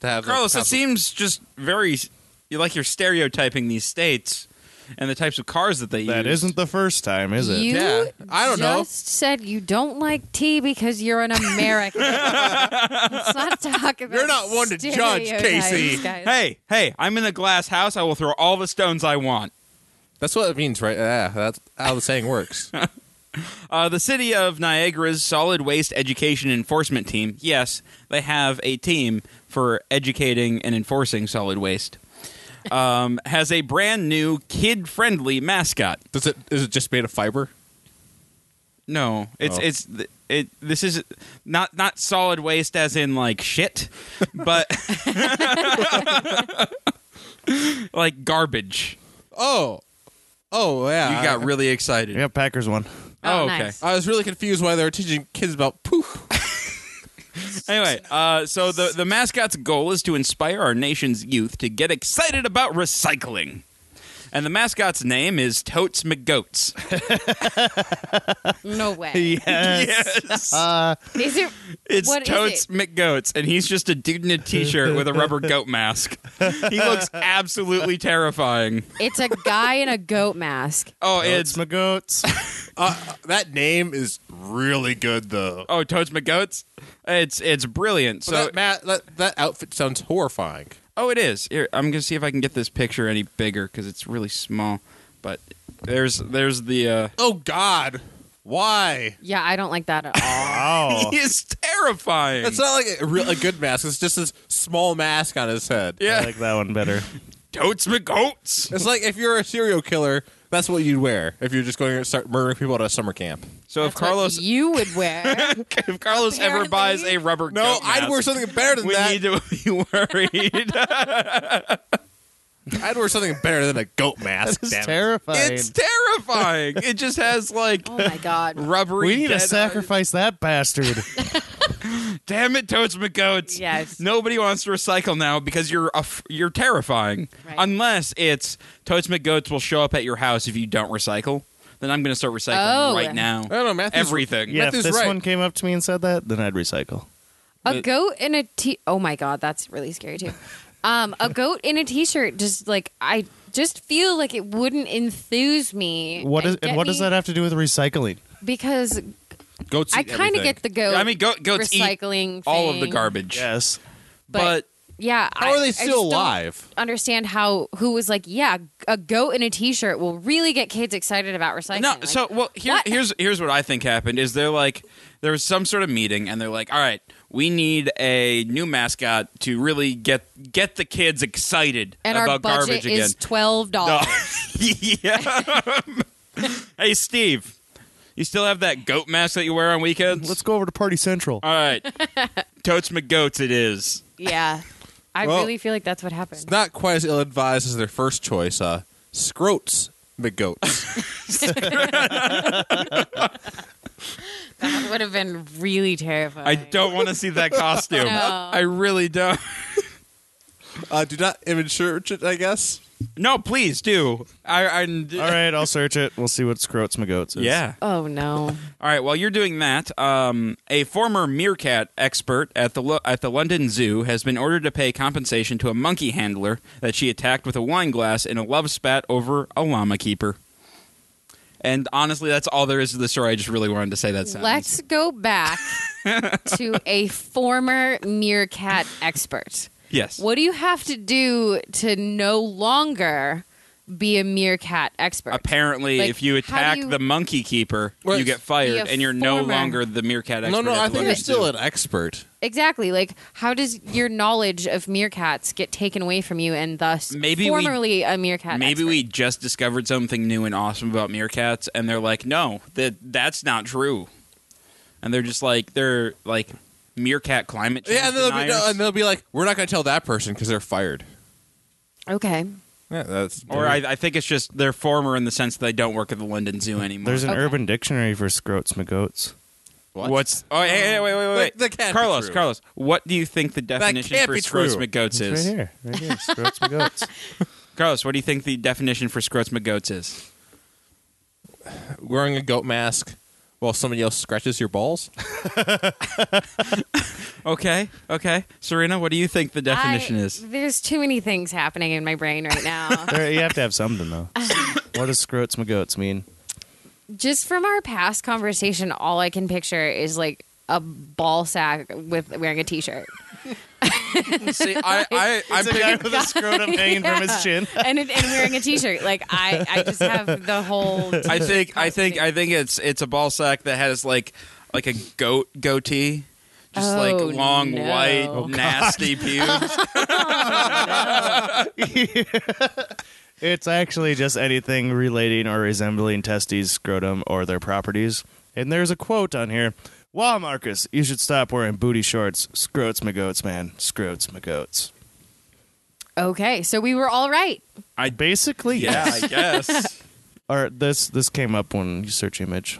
Speaker 3: To have those
Speaker 2: Carlos, it
Speaker 3: cops-
Speaker 2: seems just very you like you're stereotyping these states and the types of cars that they
Speaker 5: That
Speaker 2: use.
Speaker 5: isn't the first time, is it?
Speaker 4: You
Speaker 3: Yeah. I don't know.
Speaker 4: Just said you don't like tea because you're an American. Let's not talk about.
Speaker 3: You're not one to judge,
Speaker 4: stereotypes,
Speaker 3: Casey.
Speaker 4: guys.
Speaker 2: Hey, hey, I'm in a glass house. I will throw all the stones I want.
Speaker 3: That's what it means, right? Yeah, that's how the saying works.
Speaker 2: Uh, the city of Niagara's solid waste education enforcement team. Yes, they have a team for educating and enforcing solid waste. Um, has a brand new kid-friendly mascot.
Speaker 3: Does it? Is it just made of fiber?
Speaker 2: No, it's
Speaker 3: Oh.
Speaker 2: it's th- it. This is not not solid waste as in like shit, but like garbage.
Speaker 3: Oh, oh yeah.
Speaker 2: You got really excited.
Speaker 5: Yep, Packers won.
Speaker 2: Oh,
Speaker 4: Oh,
Speaker 2: okay.
Speaker 4: nice.
Speaker 3: I was really confused why they were teaching kids about poop.
Speaker 2: Anyway, uh, so the the mascot's goal is to inspire our nation's youth to get excited about recycling. And the mascot's name is Totes McGoats.
Speaker 4: No way.
Speaker 2: Yes.
Speaker 4: Is it?
Speaker 2: It's
Speaker 4: What is
Speaker 2: Totes
Speaker 4: it?
Speaker 2: McGoats, and he's just a dude in a t-shirt with a rubber goat mask. He looks absolutely terrifying.
Speaker 4: It's a guy in a goat mask.
Speaker 2: Oh,
Speaker 5: It's
Speaker 2: it's
Speaker 5: my goats.
Speaker 3: That name is really good, though.
Speaker 2: oh Totes McGoats. It's it's brilliant. So
Speaker 3: So that, Matt, that that outfit sounds horrifying.
Speaker 2: oh, it is. Here, I'm gonna see if I can get this picture any bigger because it's really small. But there's there's the uh,
Speaker 3: Oh God, why?
Speaker 4: Yeah, I don't like that at all.
Speaker 5: Wow.
Speaker 2: he is terrifying.
Speaker 3: That's not like a, real, a good mask. It's just this small mask on his head.
Speaker 2: yeah,
Speaker 5: I like that one better.
Speaker 2: Totes McGoats.
Speaker 3: It's like if you're a serial killer, that's what you'd wear if you're just going to start murdering people at a summer camp.
Speaker 2: So if
Speaker 4: That's what
Speaker 2: Carlos
Speaker 4: you would wear.
Speaker 2: if Carlos ever
Speaker 4: Apparently.
Speaker 2: buys a rubber
Speaker 3: No,
Speaker 2: goat
Speaker 3: I'd
Speaker 2: mask,
Speaker 3: wear something better than
Speaker 2: we
Speaker 3: that.
Speaker 2: need to be worried.
Speaker 3: I'd wear something better than a goat mask.
Speaker 5: It's
Speaker 3: damn it.
Speaker 5: terrifying.
Speaker 2: It's terrifying. it just has like
Speaker 4: Oh my god.
Speaker 2: rubbery.
Speaker 5: we need to
Speaker 2: dead-
Speaker 5: sacrifice that bastard.
Speaker 2: Damn it, Toads McGoats.
Speaker 4: Yes.
Speaker 2: Nobody wants to recycle now because you're a f- you're terrifying.
Speaker 4: Right.
Speaker 2: Unless it's Toads McGoats will show up at your house if you don't recycle. Then I'm going to start recycling
Speaker 4: Oh.
Speaker 2: right now.
Speaker 3: I don't know, Matthew's-
Speaker 2: Everything.
Speaker 5: yeah, if
Speaker 3: Matthew's
Speaker 5: this
Speaker 3: right.
Speaker 5: one came up to me and said that, then I'd recycle.
Speaker 4: A goat in a t. Oh my god, that's really scary too. Um, a goat in a t-shirt. Just like I just feel like it wouldn't enthuse me.
Speaker 5: What is and
Speaker 4: get
Speaker 5: what does
Speaker 4: me-
Speaker 5: that have to do with recycling?
Speaker 4: Because
Speaker 3: Goats.
Speaker 4: I
Speaker 3: eat
Speaker 4: kind of
Speaker 3: everything.
Speaker 4: get the goat.
Speaker 2: I mean, go- goats
Speaker 4: recycling
Speaker 2: eat all of the
Speaker 4: thing,
Speaker 2: garbage.
Speaker 5: Yes.
Speaker 2: But,
Speaker 4: yeah,
Speaker 3: How
Speaker 4: I-
Speaker 3: are
Speaker 4: I
Speaker 3: they
Speaker 4: just
Speaker 3: still
Speaker 4: don't
Speaker 3: alive?
Speaker 4: Understand how who was like, yeah, a goat in a t-shirt will really get kids excited about recycling.
Speaker 2: no,
Speaker 4: Like,
Speaker 2: so well, here,
Speaker 4: what?
Speaker 2: here's here's what I think happened is they're like there was some sort of meeting and they're like, all right, we need a new mascot to really get get the kids excited
Speaker 4: and
Speaker 2: about
Speaker 4: our budget
Speaker 2: garbage again.
Speaker 4: is twelve dollars.
Speaker 2: yeah. hey, Steve, you still have that goat mask that you wear on weekends?
Speaker 5: Let's go over to Party Central.
Speaker 2: All right. Totes McGoats it is.
Speaker 4: Yeah, I
Speaker 3: Well,
Speaker 4: really feel like that's what happened.
Speaker 3: It's not quite as ill-advised as their first choice. Uh, Scroats McGoats.
Speaker 4: That would have been really terrifying.
Speaker 2: I don't want to see that costume.
Speaker 4: No.
Speaker 2: I really don't.
Speaker 3: uh, do not image search it. I guess.
Speaker 2: No, please do. I, I,
Speaker 5: All right, I'll search it. We'll see what Scroats McGoats is.
Speaker 2: Yeah.
Speaker 4: Oh no!
Speaker 2: All right. While you're doing that, um, a former meerkat expert at the Lo- at the London Zoo has been ordered to pay compensation to a monkey handler that she attacked with a wine glass in a love spat over a llama keeper. And honestly, that's all there is to the story. I just really wanted to say that. Sentence.
Speaker 4: Let's go back to a former meerkat expert.
Speaker 2: Yes.
Speaker 4: What do you have to do to no longer be a meerkat expert?
Speaker 2: Apparently,
Speaker 4: Like,
Speaker 2: if you
Speaker 4: how do
Speaker 2: attack
Speaker 4: you-
Speaker 2: the monkey keeper,
Speaker 3: Well,
Speaker 2: you get
Speaker 4: Be
Speaker 2: fired,
Speaker 4: a
Speaker 2: and you're no
Speaker 4: former-
Speaker 2: longer the meerkat expert.
Speaker 3: no, no.
Speaker 2: at
Speaker 3: I
Speaker 2: the
Speaker 3: think
Speaker 2: London
Speaker 3: you're still
Speaker 2: Zoo.
Speaker 3: an expert.
Speaker 4: exactly like how does your knowledge of meerkats get taken away from you and thus
Speaker 2: Maybe we-
Speaker 4: formerly a meerkat?
Speaker 2: Maybe
Speaker 4: expert?
Speaker 2: we just discovered something new and awesome about meerkats, and they're like, no, that that's not true, and they're just like they're like meerkat climate change
Speaker 3: Yeah, and they'll, be,
Speaker 2: deniers.
Speaker 3: no, and they'll be like, we're not going to tell that person because they're fired.
Speaker 4: okay.
Speaker 3: Yeah, that's
Speaker 2: or I, I think it's just they're former in the sense that they don't work at the London Zoo anymore.
Speaker 5: There's an
Speaker 4: Okay.
Speaker 5: urban dictionary for scrotes magotes.
Speaker 3: what?
Speaker 2: What's oh hey, hey, wait wait wait wait
Speaker 3: That- that can't be
Speaker 2: Carlos
Speaker 3: true.
Speaker 2: Carlos what do you think the definition
Speaker 3: can't
Speaker 2: for
Speaker 3: be
Speaker 2: scrotes
Speaker 3: true.
Speaker 2: McGoats
Speaker 5: It's right
Speaker 2: is
Speaker 5: here. Right here. Scrotes magotes.
Speaker 2: Carlos what do you think the definition for scrotes McGoats is
Speaker 3: Wearing a goat mask while somebody else scratches your balls?
Speaker 2: okay okay Serena what do you think the definition
Speaker 4: I-
Speaker 2: is
Speaker 4: There's too many things happening in my brain right now.
Speaker 5: There, you have to have something though. what does scrotes magotes mean?
Speaker 4: Just from our past conversation, all I can picture is like a ball sack with wearing a t-shirt
Speaker 3: See, I, I, I'm picking,
Speaker 5: with a scrotum hanging from his chin.
Speaker 4: and it, and wearing a t-shirt. Like I, I just have the whole.
Speaker 2: I think I think I think it's it's a ball sack that has like like a goat goatee just like
Speaker 4: Oh,
Speaker 2: long
Speaker 4: no.
Speaker 2: white
Speaker 4: Oh, God.
Speaker 2: nasty pubes
Speaker 5: It's actually just anything relating or resembling testes, scrotum, or their properties. And there's a quote on here. Wow, Marcus, you should stop wearing booty shorts. Scrotes magotes, man. Scrotes magotes.
Speaker 4: Okay, so we were all right.
Speaker 5: I basically
Speaker 2: yeah I guess
Speaker 5: Or this this came up when you search image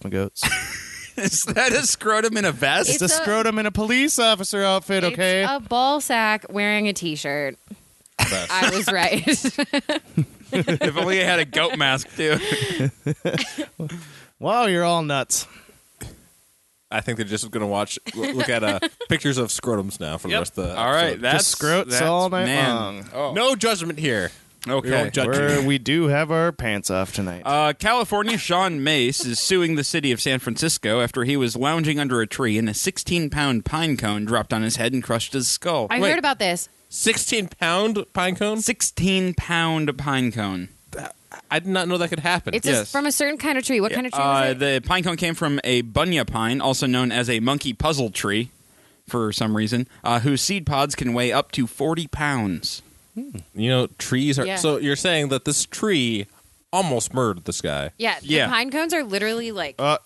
Speaker 5: magotes.
Speaker 2: is that a scrotum in a vest
Speaker 5: It's,
Speaker 4: It's
Speaker 5: a,
Speaker 4: a-
Speaker 5: scrotum in a police officer outfit. Okay.
Speaker 4: It's a ball sack wearing a t-shirt. I was right.
Speaker 2: if only I had a goat mask too
Speaker 5: wow, you're all nuts.
Speaker 3: I think they're just going to watch, look at uh, pictures of scrotums now for the rest of the
Speaker 2: all right
Speaker 3: episode.
Speaker 2: that's
Speaker 5: Just scrotes
Speaker 2: that's,
Speaker 5: all night
Speaker 2: man.
Speaker 5: long.
Speaker 2: oh
Speaker 3: No judgment here. We
Speaker 2: okay
Speaker 3: won't judge you.
Speaker 5: Where we do have our pants off tonight.
Speaker 2: Uh, California Sean Mace is suing the city of San Francisco after he was lounging under a tree and a 16 pound pine cone dropped on his head and crushed his skull.
Speaker 4: I
Speaker 3: Wait.
Speaker 4: heard about this.
Speaker 3: 16 pound pine cone?
Speaker 2: 16 pound pine cone.
Speaker 3: I did not know that could happen.
Speaker 4: It's a,
Speaker 2: Yes.
Speaker 4: from a certain kind of tree. What kind of tree
Speaker 2: Uh,
Speaker 4: is it?
Speaker 2: the pine cone came from a bunya pine, also known as a monkey puzzle tree, for some reason, uh, whose seed pods can weigh up to 40 pounds.
Speaker 3: you know, trees are.
Speaker 4: Yeah.
Speaker 3: So you're saying that this tree almost murdered this guy.
Speaker 4: yeah, the
Speaker 2: yeah.
Speaker 4: pine cones are literally like
Speaker 5: Uh,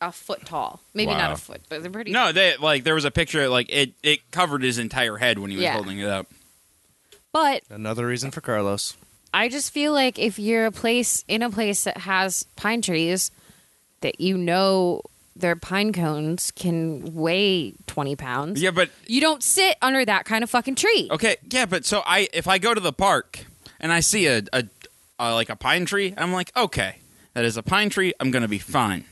Speaker 4: a foot tall. Maybe
Speaker 3: Wow.
Speaker 4: not a foot, but they're pretty.
Speaker 2: No, they, like there was a picture, like it, it covered his entire head when he was
Speaker 4: Yeah.
Speaker 2: holding it up.
Speaker 4: But
Speaker 5: Another reason for Carlos.
Speaker 4: I just feel like if you're a place in a place that has pine trees, that you know their pine cones can weigh twenty pounds.
Speaker 2: Yeah, but
Speaker 4: You don't sit under that kind of fucking tree.
Speaker 3: Oh,
Speaker 2: Okay, yeah, but so I if I go to the park and I see a, a, a like a pine tree, I'm like, okay, that is a pine tree. I'm gonna be fine.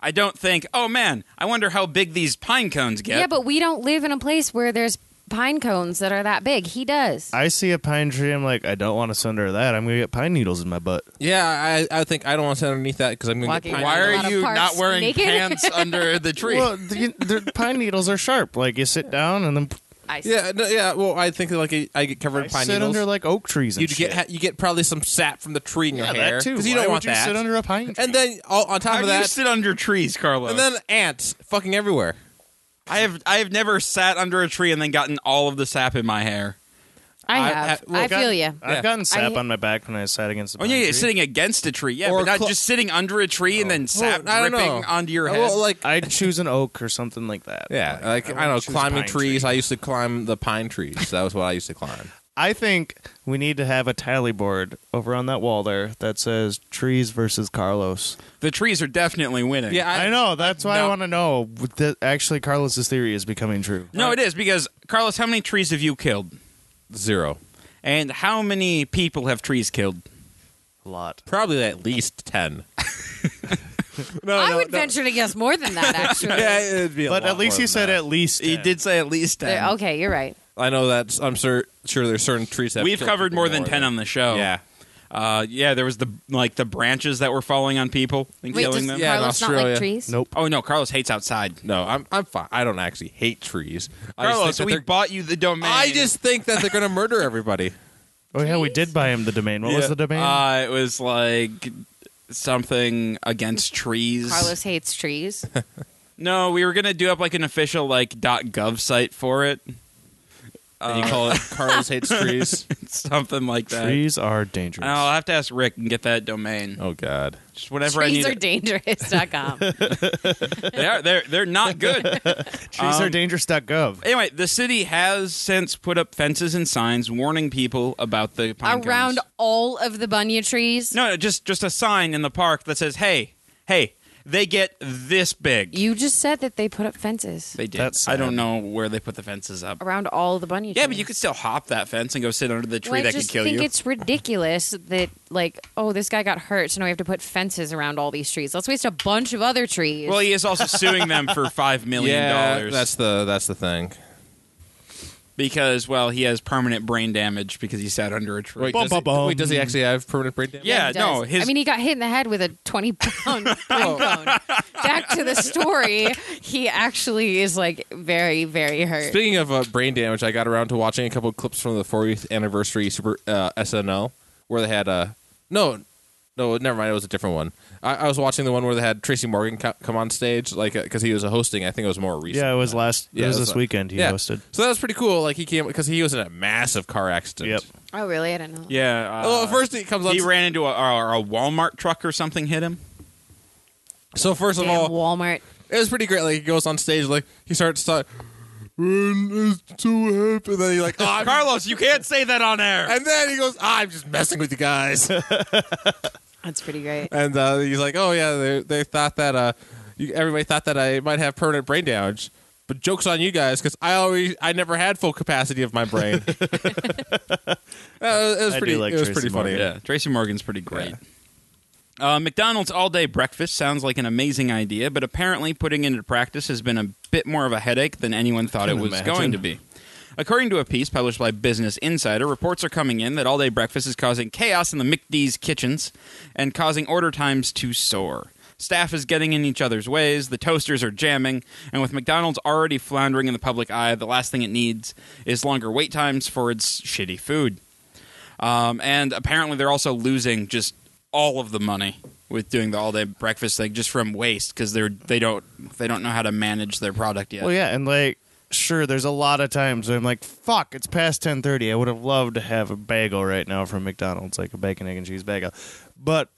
Speaker 2: I don't think, oh man, I wonder how big these pine cones get.
Speaker 4: Yeah, but we don't live in a place where there's pine cones that are that big. He does.
Speaker 5: I see a pine tree. I'm like, I don't want to sit under that. I'm gonna get pine needles in my butt.
Speaker 3: Yeah, I, I think I don't want to sit underneath that because I'm going to
Speaker 4: Walking
Speaker 3: get pine
Speaker 2: why
Speaker 4: A
Speaker 2: are
Speaker 4: lot of
Speaker 2: you
Speaker 4: parks
Speaker 2: not wearing
Speaker 4: naked.
Speaker 2: pants under the tree?
Speaker 5: Well, the, the pine needles are sharp. Like you sit down and then
Speaker 4: I see.
Speaker 3: Yeah, no, yeah. Well, I think like I I get covered
Speaker 5: I
Speaker 3: in pine
Speaker 5: sit
Speaker 3: needles.
Speaker 5: under like oak trees. And
Speaker 3: you get
Speaker 5: shit.
Speaker 3: ha- you get probably some sap from the tree in your
Speaker 5: yeah,
Speaker 3: hair
Speaker 5: that too.
Speaker 3: you
Speaker 5: Why
Speaker 3: don't
Speaker 5: would
Speaker 3: want
Speaker 5: you
Speaker 3: that.
Speaker 5: sit under a pine tree?
Speaker 3: and then all, on top
Speaker 2: How
Speaker 3: of
Speaker 2: do you
Speaker 3: that,
Speaker 2: sit under trees, Carlos?
Speaker 3: and then ants fucking everywhere.
Speaker 2: I have I have never sat under a tree and then gotten all of the sap in my hair.
Speaker 3: I-
Speaker 4: I have.
Speaker 3: I- well,
Speaker 4: I feel you.
Speaker 5: I've
Speaker 3: Yeah.
Speaker 5: gotten sap
Speaker 4: I-
Speaker 5: on my back when I sat against. A
Speaker 2: Oh
Speaker 5: pine
Speaker 2: yeah, yeah,
Speaker 5: tree.
Speaker 2: sitting against a tree, yeah,
Speaker 3: Or
Speaker 2: but not
Speaker 3: clo- Oh.
Speaker 2: just sitting under a tree and then sap
Speaker 3: Well, I don't
Speaker 2: dripping
Speaker 3: know.
Speaker 2: onto your head.
Speaker 3: Well, like
Speaker 5: I'd choose an oak or something like that.
Speaker 3: yeah, like I,
Speaker 5: would
Speaker 3: don't
Speaker 5: choose
Speaker 3: know, climbing
Speaker 5: pine
Speaker 3: trees.
Speaker 5: tree.
Speaker 3: I used to climb the pine trees. That was what I used to climb.
Speaker 5: I think we need to have a tally board over on that wall there that says trees versus Carlos.
Speaker 2: the trees are definitely winning.
Speaker 3: Yeah,
Speaker 5: I,
Speaker 3: I,
Speaker 5: know. That's why I
Speaker 3: no.
Speaker 5: want to know that actually Carlos's theory is becoming true.
Speaker 2: No, it is because Carlos, how many trees have you killed?
Speaker 3: zero.
Speaker 2: And how many people have trees killed?
Speaker 5: A lot.
Speaker 3: Probably at least ten. no,
Speaker 4: I
Speaker 3: no,
Speaker 4: would
Speaker 3: no.
Speaker 4: venture to guess more than that, actually.
Speaker 3: Yeah, it'd be a
Speaker 5: But
Speaker 3: lot
Speaker 5: at least
Speaker 3: more
Speaker 5: you
Speaker 3: than
Speaker 5: said
Speaker 3: that.
Speaker 5: at least.
Speaker 2: He
Speaker 5: 10.
Speaker 2: did say at least
Speaker 4: There-
Speaker 2: 10.
Speaker 4: Okay, you're right.
Speaker 3: I know that's. I'm sure. Sure, there's certain trees that
Speaker 2: We've covered more than 10 on the show.
Speaker 3: Yeah.
Speaker 2: Uh, yeah, there was the like the branches that were falling on people and
Speaker 4: Wait,
Speaker 2: killing
Speaker 4: does
Speaker 2: them.
Speaker 3: Yeah, in
Speaker 4: Carlos not like
Speaker 3: Australia.
Speaker 4: trees?
Speaker 5: Nope.
Speaker 2: Oh no, Carlos hates outside.
Speaker 3: No, I'm. I'm fine. I don't actually hate trees. I just think
Speaker 2: Carlos,
Speaker 3: that
Speaker 2: we
Speaker 3: they're-
Speaker 2: bought you the domain.
Speaker 3: I just think that they're going to murder everybody.
Speaker 5: Oh yeah, we did buy him the domain. What was the domain?
Speaker 2: Uh, it was like something against trees.
Speaker 4: Carlos hates trees.
Speaker 2: No, we were gonna do up like an official like .gov site for it,
Speaker 3: and you call it Carlos hates trees.
Speaker 2: something like that.
Speaker 5: Trees are dangerous.
Speaker 2: No, I'll have to ask Rick and get that domain.
Speaker 3: Oh God.
Speaker 2: Just whatever I
Speaker 4: Trees
Speaker 2: need.
Speaker 4: are dangerous.com.
Speaker 2: they are they're they're not good.
Speaker 5: Trees
Speaker 3: um,
Speaker 5: are dangerous.gov.
Speaker 2: anyway, the city has since put up fences and signs warning people about the pine cones.
Speaker 4: Around all of the bunya trees.
Speaker 2: No, no, just just a sign in the park that says, "Hey, hey, they get this big."
Speaker 4: You just said that they put up fences
Speaker 2: they did.
Speaker 5: That's
Speaker 2: I don't
Speaker 5: sad.
Speaker 2: know where they put the fences up.
Speaker 4: around all the bunya trees.
Speaker 2: Yeah, but you could still hop that fence and go sit under the tree
Speaker 4: Well, I
Speaker 2: that could
Speaker 4: just
Speaker 2: kill
Speaker 4: think
Speaker 2: you.
Speaker 4: it's ridiculous that, like, oh, this guy got hurt, so now we have to put fences around all these trees. Let's waste a bunch of other trees.
Speaker 2: Well, he is also suing them for five million
Speaker 3: Yeah,
Speaker 2: dollars
Speaker 3: that's the that's the thing.
Speaker 2: because well, he has permanent brain damage because he sat under a tree.
Speaker 3: Wait, does, he, wait, does he actually have permanent brain damage?
Speaker 2: yeah,
Speaker 4: he
Speaker 2: no,
Speaker 4: does.
Speaker 2: his
Speaker 4: I mean, he got hit in the head with a 20 pound pine cone. Back to the story. He actually is, like, very, very hurt.
Speaker 3: Speaking of uh, brain damage, I got around to watching a couple of clips from the 40th anniversary Super uh, SNL where they had uh, no, no, never mind. It was a different one. I, I was watching the one where they had Tracy Morgan co- come on stage, like because he was a hosting. I think it was more recent.
Speaker 5: Yeah, it was last.
Speaker 3: Yeah,
Speaker 5: it was
Speaker 3: it was
Speaker 5: this
Speaker 3: like-
Speaker 5: weekend he hosted.
Speaker 3: So that was pretty cool. Like he came because he was in a massive car accident.
Speaker 5: Yep.
Speaker 4: oh, really? I don't know.
Speaker 2: yeah. Uh,
Speaker 4: Oh,
Speaker 3: Well, at first he comes on.
Speaker 2: he ran into a, or a Walmart truck or something hit him.
Speaker 3: so first of
Speaker 4: Damn
Speaker 3: all,
Speaker 4: Walmart.
Speaker 3: it was pretty great. Like he goes on stage, like he starts talking. It's too happy. And then he like, "Oh, I'm
Speaker 2: Carlos, you can't say that on air.
Speaker 3: And then he goes, "Ah, I'm just messing with you guys.
Speaker 4: That's pretty great.
Speaker 3: and uh, he's like, Oh yeah, they, they thought that uh, you, everybody thought that I might have permanent brain damage, but jokes on you guys because I always I never had full capacity of my brain. Uh, it was
Speaker 5: I do
Speaker 3: pretty.
Speaker 5: like
Speaker 3: it was
Speaker 5: Tracy
Speaker 3: pretty funny.
Speaker 5: Morgan.
Speaker 2: Yeah, Tracy Morgan's pretty great. Uh, McDonald's all day breakfast sounds like an amazing idea, but apparently putting it into practice has been a bit more of a headache than anyone thought it
Speaker 5: Can
Speaker 2: was
Speaker 5: imagine.
Speaker 2: going to be. According to a piece published by Business Insider, reports are coming in that all day breakfast is causing chaos in the McD's kitchens and causing order times to soar. Staff is getting in each other's ways, the toasters are jamming, and with McDonald's already floundering in the public eye, the last thing it needs is longer wait times for its shitty food. Um, and apparently, they're also losing just all of the money with doing the all-day breakfast thing, just from waste because they're they don't they don't know how to manage their product yet.
Speaker 5: Well, yeah, and like, sure, there's a lot of times where I'm like, fuck, it's past 10:30. I would have loved to have a bagel right now from McDonald's, like a bacon, egg, and cheese bagel. But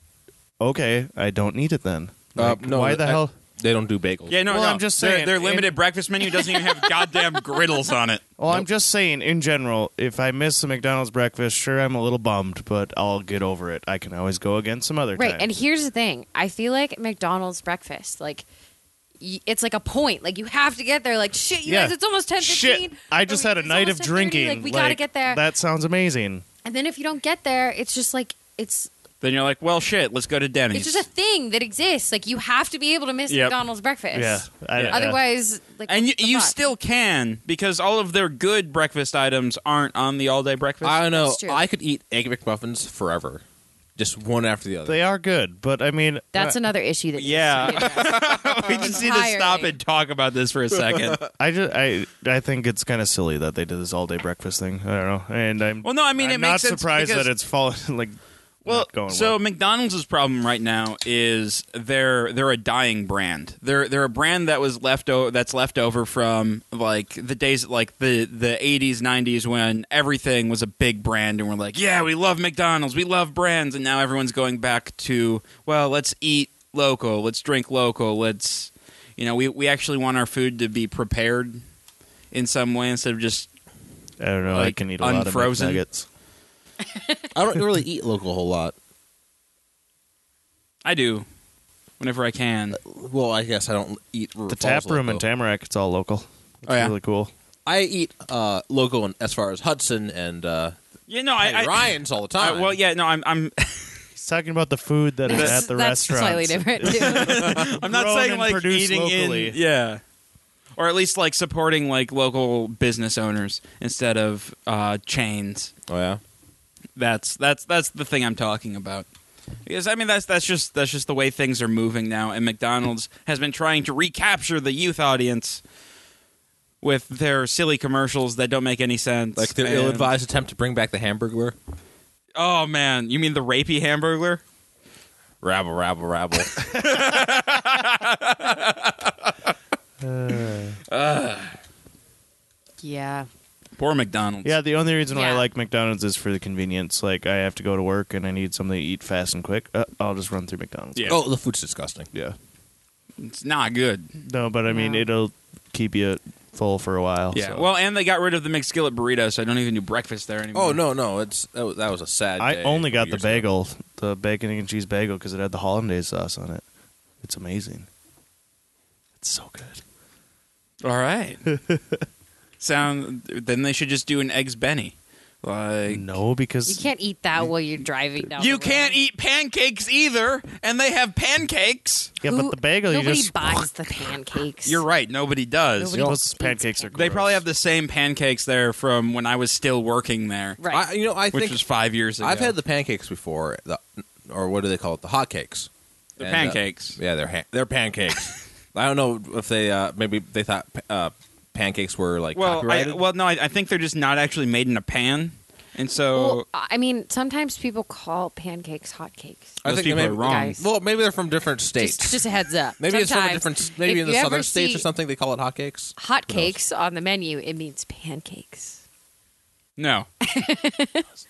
Speaker 5: okay, I don't need it then.
Speaker 3: Uh,
Speaker 5: Like,
Speaker 3: no,
Speaker 5: why the
Speaker 3: I-
Speaker 5: hell?
Speaker 3: They don't do bagels.
Speaker 2: Yeah, no,
Speaker 5: Well,
Speaker 2: no.
Speaker 5: I'm just
Speaker 2: Their-
Speaker 5: saying,
Speaker 2: their
Speaker 5: in-
Speaker 2: limited breakfast menu doesn't even have goddamn griddles on it.
Speaker 5: Well, I'm just saying, in general, if I miss the McDonald's breakfast, sure, I'm a little bummed, but I'll get over it. I can always go again some other
Speaker 4: Right.
Speaker 5: time.
Speaker 4: And here's the thing I feel like McDonald's breakfast, like, y- it's like a point. Like, you have to get there. Like, shit, you
Speaker 5: Yeah.
Speaker 4: guys, it's almost ten fifteen.
Speaker 5: Shit, I just had a night of drinking.
Speaker 4: Like, we got to get there.
Speaker 5: That sounds amazing.
Speaker 4: and then if you don't get there, it's just like, it's
Speaker 2: Then you're like, well, shit, let's go to Denny's.
Speaker 4: It's just a thing that exists. Like you have to be able to miss
Speaker 2: Yep.
Speaker 4: McDonald's breakfast.
Speaker 5: Yeah. I-
Speaker 2: Yeah.
Speaker 4: Otherwise, like,
Speaker 2: and you,
Speaker 4: what the
Speaker 2: you
Speaker 4: fuck?
Speaker 2: still can because all of their good breakfast items aren't on the all-day breakfast.
Speaker 3: I don't know.
Speaker 4: That's true.
Speaker 3: I could eat egg McMuffins forever, just one after the other.
Speaker 5: They are good, but I mean,
Speaker 4: That's
Speaker 5: I,
Speaker 4: another issue that.
Speaker 2: Yeah.
Speaker 4: needs to be addressed.
Speaker 2: we just need to stop
Speaker 4: Entirely.
Speaker 2: and talk about this for a second.
Speaker 5: I just I I think it's kind of silly that they did this all day breakfast thing. I don't know, and I'm
Speaker 2: Well, no, I mean,
Speaker 5: I'm
Speaker 2: it makes
Speaker 5: not
Speaker 2: sense
Speaker 5: surprised
Speaker 2: because-
Speaker 5: that it's fallen like
Speaker 2: Well,
Speaker 5: not going
Speaker 2: so
Speaker 5: well.
Speaker 2: McDonald's problem right now is they're they're a dying brand. They're they're a brand that was left o- that's left over from like the days like the the 80s 90s when everything was a big brand and we're like, "Yeah, we love McDonald's. We love brands." And now everyone's going back to, "Well, let's eat local. Let's drink local. Let's you know, we we actually want our food to be prepared in some way instead of just
Speaker 5: I don't know. I
Speaker 2: like,
Speaker 5: can eat a lot
Speaker 2: unfrozen?
Speaker 5: of nuggets.
Speaker 3: I don't really eat local a whole lot.
Speaker 2: I do whenever I can.
Speaker 3: Well, I guess I don't eat
Speaker 5: The tap room in Tamarack, it's all local. It's
Speaker 2: Oh, yeah.
Speaker 5: really cool.
Speaker 3: I eat uh, local in, as far as Hudson and uh,
Speaker 2: You know, I,
Speaker 3: Hey,
Speaker 2: I
Speaker 3: Ryan's all the
Speaker 2: I-
Speaker 3: time.
Speaker 2: well, yeah, no, I'm, I'm,
Speaker 5: He's talking about the food that is
Speaker 4: That's-
Speaker 5: at the
Speaker 4: that's
Speaker 5: restaurant.
Speaker 4: Slightly different. Too.
Speaker 2: I'm not
Speaker 5: grown
Speaker 2: saying
Speaker 5: and
Speaker 2: like
Speaker 5: produced
Speaker 2: eating
Speaker 5: locally.
Speaker 2: in, yeah, or at least like supporting like local business owners instead of uh, chains.
Speaker 3: Oh yeah.
Speaker 2: That's that's that's the thing I'm talking about. Because I mean that's that's just that's just the way things are moving now, and McDonald's has been trying to recapture the youth audience with their silly commercials that don't make any sense.
Speaker 3: Like their
Speaker 2: and-
Speaker 3: ill-advised attempt to bring back the Hamburglar.
Speaker 2: Oh man, you mean the rapey hamburger?
Speaker 3: Rabble, rabble, rabble.
Speaker 4: Yeah.
Speaker 2: Poor McDonald's.
Speaker 5: Yeah, the only reason why I
Speaker 4: Yeah.
Speaker 5: like McDonald's is for the convenience. Like, I have to go to work and I need something to eat fast and quick. Uh, I'll just run through McDonald's.
Speaker 2: Yeah.
Speaker 3: Oh, the food's disgusting.
Speaker 5: Yeah.
Speaker 2: It's not good.
Speaker 5: No, but I mean,
Speaker 4: Yeah.
Speaker 5: it'll keep you full for a while.
Speaker 2: Yeah.
Speaker 5: so.
Speaker 2: Well, and they got rid of the McSkillet burrito, so I don't even do breakfast there anymore.
Speaker 3: Oh no, no, it's that was, that was a sad.
Speaker 5: I
Speaker 3: day
Speaker 5: only
Speaker 3: a
Speaker 5: got
Speaker 3: few
Speaker 5: the
Speaker 3: years ago.
Speaker 5: bagel, the bacon and cheese bagel, because it had the hollandaise sauce on it. It's amazing. It's so good.
Speaker 2: All right. Sound. Then they should just do an eggs Benny. Like
Speaker 5: No, because
Speaker 4: You can't eat that while you're driving down.
Speaker 2: you
Speaker 4: the
Speaker 2: can't
Speaker 4: road.
Speaker 2: eat pancakes either, and they have pancakes.
Speaker 5: yeah,
Speaker 4: Who-
Speaker 5: but the bagel you
Speaker 4: Nobody
Speaker 5: just
Speaker 4: buys the pancakes.
Speaker 2: You're right. Nobody does.
Speaker 4: Nobody-
Speaker 5: those pancakes are.
Speaker 2: They
Speaker 5: gross.
Speaker 2: probably have the same pancakes there from when I was still working there,
Speaker 4: right.
Speaker 3: I, you know, I
Speaker 2: which
Speaker 3: think
Speaker 2: was five years ago.
Speaker 3: I've had the pancakes before, the, or what do they call it? The hotcakes.
Speaker 2: the
Speaker 3: And, uh,
Speaker 2: pancakes.
Speaker 3: yeah, they're ha- they're pancakes. I don't know if they uh, maybe they thought uh, pancakes were like
Speaker 2: well, I,
Speaker 3: copyrighted.
Speaker 2: well, no, I, I think they're just not actually made in a pan, and so
Speaker 4: well, I mean, sometimes people call pancakes hotcakes.
Speaker 3: I
Speaker 2: those
Speaker 3: think
Speaker 2: people
Speaker 3: they
Speaker 2: are
Speaker 3: may-
Speaker 2: wrong.
Speaker 4: Guys.
Speaker 3: Well, maybe they're from different states.
Speaker 4: Just, just a heads up.
Speaker 3: maybe it's from a
Speaker 4: Sometimes
Speaker 3: different. Maybe in
Speaker 4: if
Speaker 3: the
Speaker 4: you ever
Speaker 3: southern states or
Speaker 4: see
Speaker 3: something. They call it hotcakes.
Speaker 4: Hotcakes on the menu. It means pancakes.
Speaker 2: No.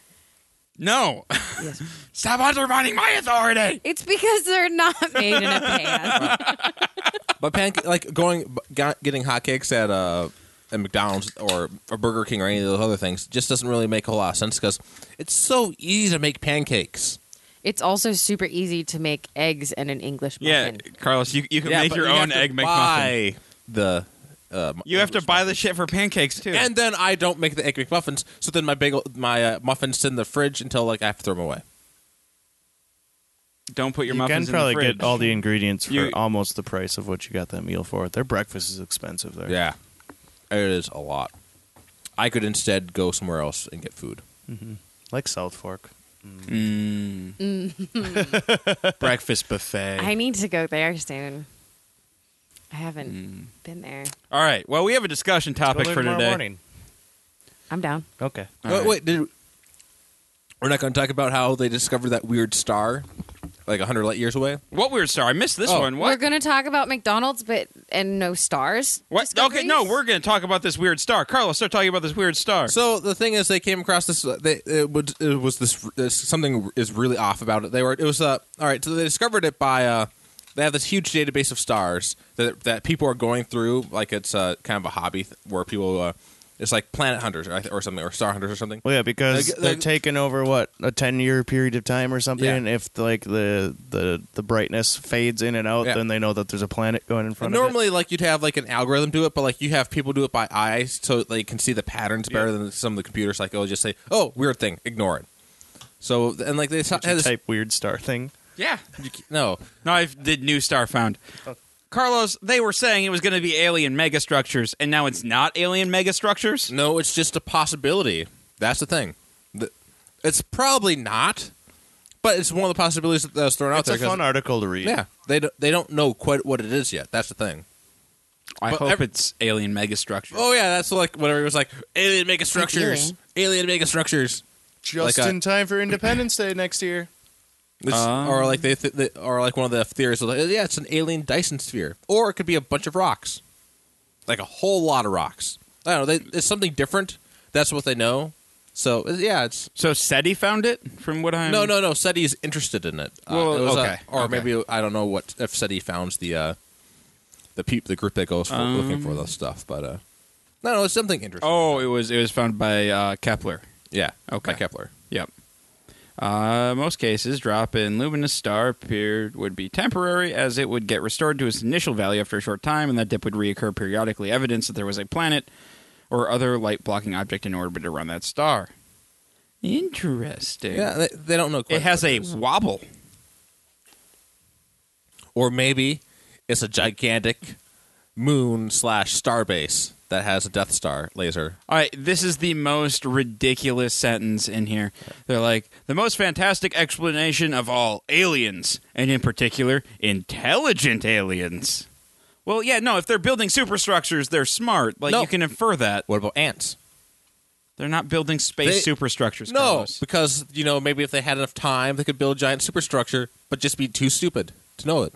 Speaker 2: no.
Speaker 4: Yes.
Speaker 2: Stop undermining my authority.
Speaker 4: It's because they're not made in a pan.
Speaker 3: But panca- like going got, getting hotcakes at uh at McDonald's or, or Burger King or any of those other things just doesn't really make a whole lot of sense because it's so easy to make pancakes.
Speaker 4: it's also super easy to make eggs and an English
Speaker 2: Yeah,
Speaker 4: muffin.
Speaker 2: Carlos, you, you can make
Speaker 3: but
Speaker 2: your
Speaker 3: you have
Speaker 2: own
Speaker 3: to
Speaker 2: egg McMuffin.
Speaker 3: buy The uh,
Speaker 2: You have to buy the shit for pancakes too.
Speaker 3: and then I don't make the egg McMuffins, so then my bagel my uh, muffins sit in the fridge until like I have to throw them away.
Speaker 2: don't put your
Speaker 5: You can
Speaker 2: muffins in the
Speaker 5: probably
Speaker 2: fridge.
Speaker 5: get all the ingredients for
Speaker 2: You-
Speaker 5: almost the price of what you got that meal for. Their breakfast is expensive there.
Speaker 3: Yeah, it is a lot. I could instead go somewhere else and get food.
Speaker 5: like South Fork.
Speaker 2: breakfast buffet.
Speaker 4: I need to go there soon. I haven't
Speaker 3: Hmm.
Speaker 4: been there.
Speaker 2: all right. Well, we have a discussion topic for today.
Speaker 4: I'm down.
Speaker 5: Okay.
Speaker 2: All
Speaker 3: wait,
Speaker 2: right.
Speaker 3: wait, did, we're not going to talk about how they discovered that weird star, like hundred light years away.
Speaker 2: What weird star? I missed this
Speaker 3: Oh.
Speaker 2: one.
Speaker 4: We're
Speaker 2: What?
Speaker 4: gonna talk about McDonald's, but and no stars.
Speaker 2: what?
Speaker 4: discoveries?
Speaker 2: Okay, no, we're going to talk about this weird star. Carlos, start talking about this weird star.
Speaker 3: So the thing is, they came across this. They it was, it was this, this something is really off about it. They were it was uh all right. So they discovered it by uh they have this huge database of stars that that people are going through like it's uh kind of a hobby th- where people uh it's like planet hunters or, I th- or something or star hunters or something.
Speaker 5: Well, yeah, because
Speaker 3: Like-
Speaker 5: they're
Speaker 3: like-
Speaker 5: taking over what a ten-year period of time or something.
Speaker 3: Yeah.
Speaker 5: And if like the the the brightness fades in and out,
Speaker 3: Yeah.
Speaker 5: then they know that there's a planet going in front of it.
Speaker 3: Normally, like you'd have like an algorithm do it, but like you have people do it by eye, so they can see the patterns better than some of the computers. Like, oh, just say, "Oh, weird thing," ignore it. So and like they had
Speaker 5: Did you
Speaker 3: this-
Speaker 5: type weird star thing.
Speaker 2: yeah.
Speaker 3: no,
Speaker 2: No, I did new star found.
Speaker 3: Oh.
Speaker 2: Carlos, they were saying it was going to be alien megastructures, and now it's not alien megastructures.
Speaker 3: No, it's just a possibility. That's the thing. The- It's probably not, but it's one of the possibilities that was thrown
Speaker 5: It's
Speaker 3: out
Speaker 5: a
Speaker 3: there.
Speaker 5: fun
Speaker 3: 'cause-
Speaker 5: article to read.
Speaker 3: yeah, they don't, they don't know quite what it is yet. That's the thing.
Speaker 2: I
Speaker 3: But
Speaker 2: hope
Speaker 3: ev-
Speaker 2: it's alien megastructures.
Speaker 3: Oh yeah, that's like whatever it was like alien mega structures,
Speaker 4: Ideally.
Speaker 3: alien mega structures,
Speaker 5: Just
Speaker 3: Like a-
Speaker 5: in time for Independence Day next year.
Speaker 3: This-
Speaker 2: Ah.
Speaker 3: or like they, th- they or like one of the theories was like, yeah, it's an alien Dyson sphere, or it could be a bunch of rocks, like a whole lot of rocks. I don't know. They, it's something different. That's what they know. So yeah, it's
Speaker 2: So SETI found it, from what I'm.
Speaker 3: No, no, no. SETI's interested in it. Uh,
Speaker 2: Well,
Speaker 3: it was, uh,
Speaker 2: okay,
Speaker 3: or
Speaker 2: okay.
Speaker 3: maybe I don't know what if SETI founds the uh, the peep the group that goes for, looking for this stuff, but uh, no, no, it's something interesting.
Speaker 2: Um, Oh, it was it was found by uh, Kepler.
Speaker 3: yeah,
Speaker 2: Okay.
Speaker 3: by Kepler.
Speaker 2: Yep. Uh, most cases, drop in luminous star period would be temporary, as it would get restored to its initial value after a short time, and that dip would reoccur periodically, evidence that there was a planet or other light-blocking object in orbit around that star. Interesting.
Speaker 3: Yeah, they, they don't know. Quite
Speaker 2: it has
Speaker 3: what
Speaker 2: a
Speaker 3: is.
Speaker 2: wobble.
Speaker 3: or maybe it's a gigantic moon slash star base that has a Death Star laser.
Speaker 2: All right, this is the most ridiculous sentence in here. They're like, the most fantastic explanation of all aliens, and in particular, intelligent aliens. Well, yeah, no, if they're building superstructures, they're smart. Like,
Speaker 3: No.
Speaker 2: you can infer that.
Speaker 3: What about ants?
Speaker 2: They're not building space
Speaker 3: They-
Speaker 2: superstructures.
Speaker 3: no,
Speaker 2: Carlos.
Speaker 3: because you know maybe if they had enough time, they could build a giant superstructure, but just be too stupid to know it.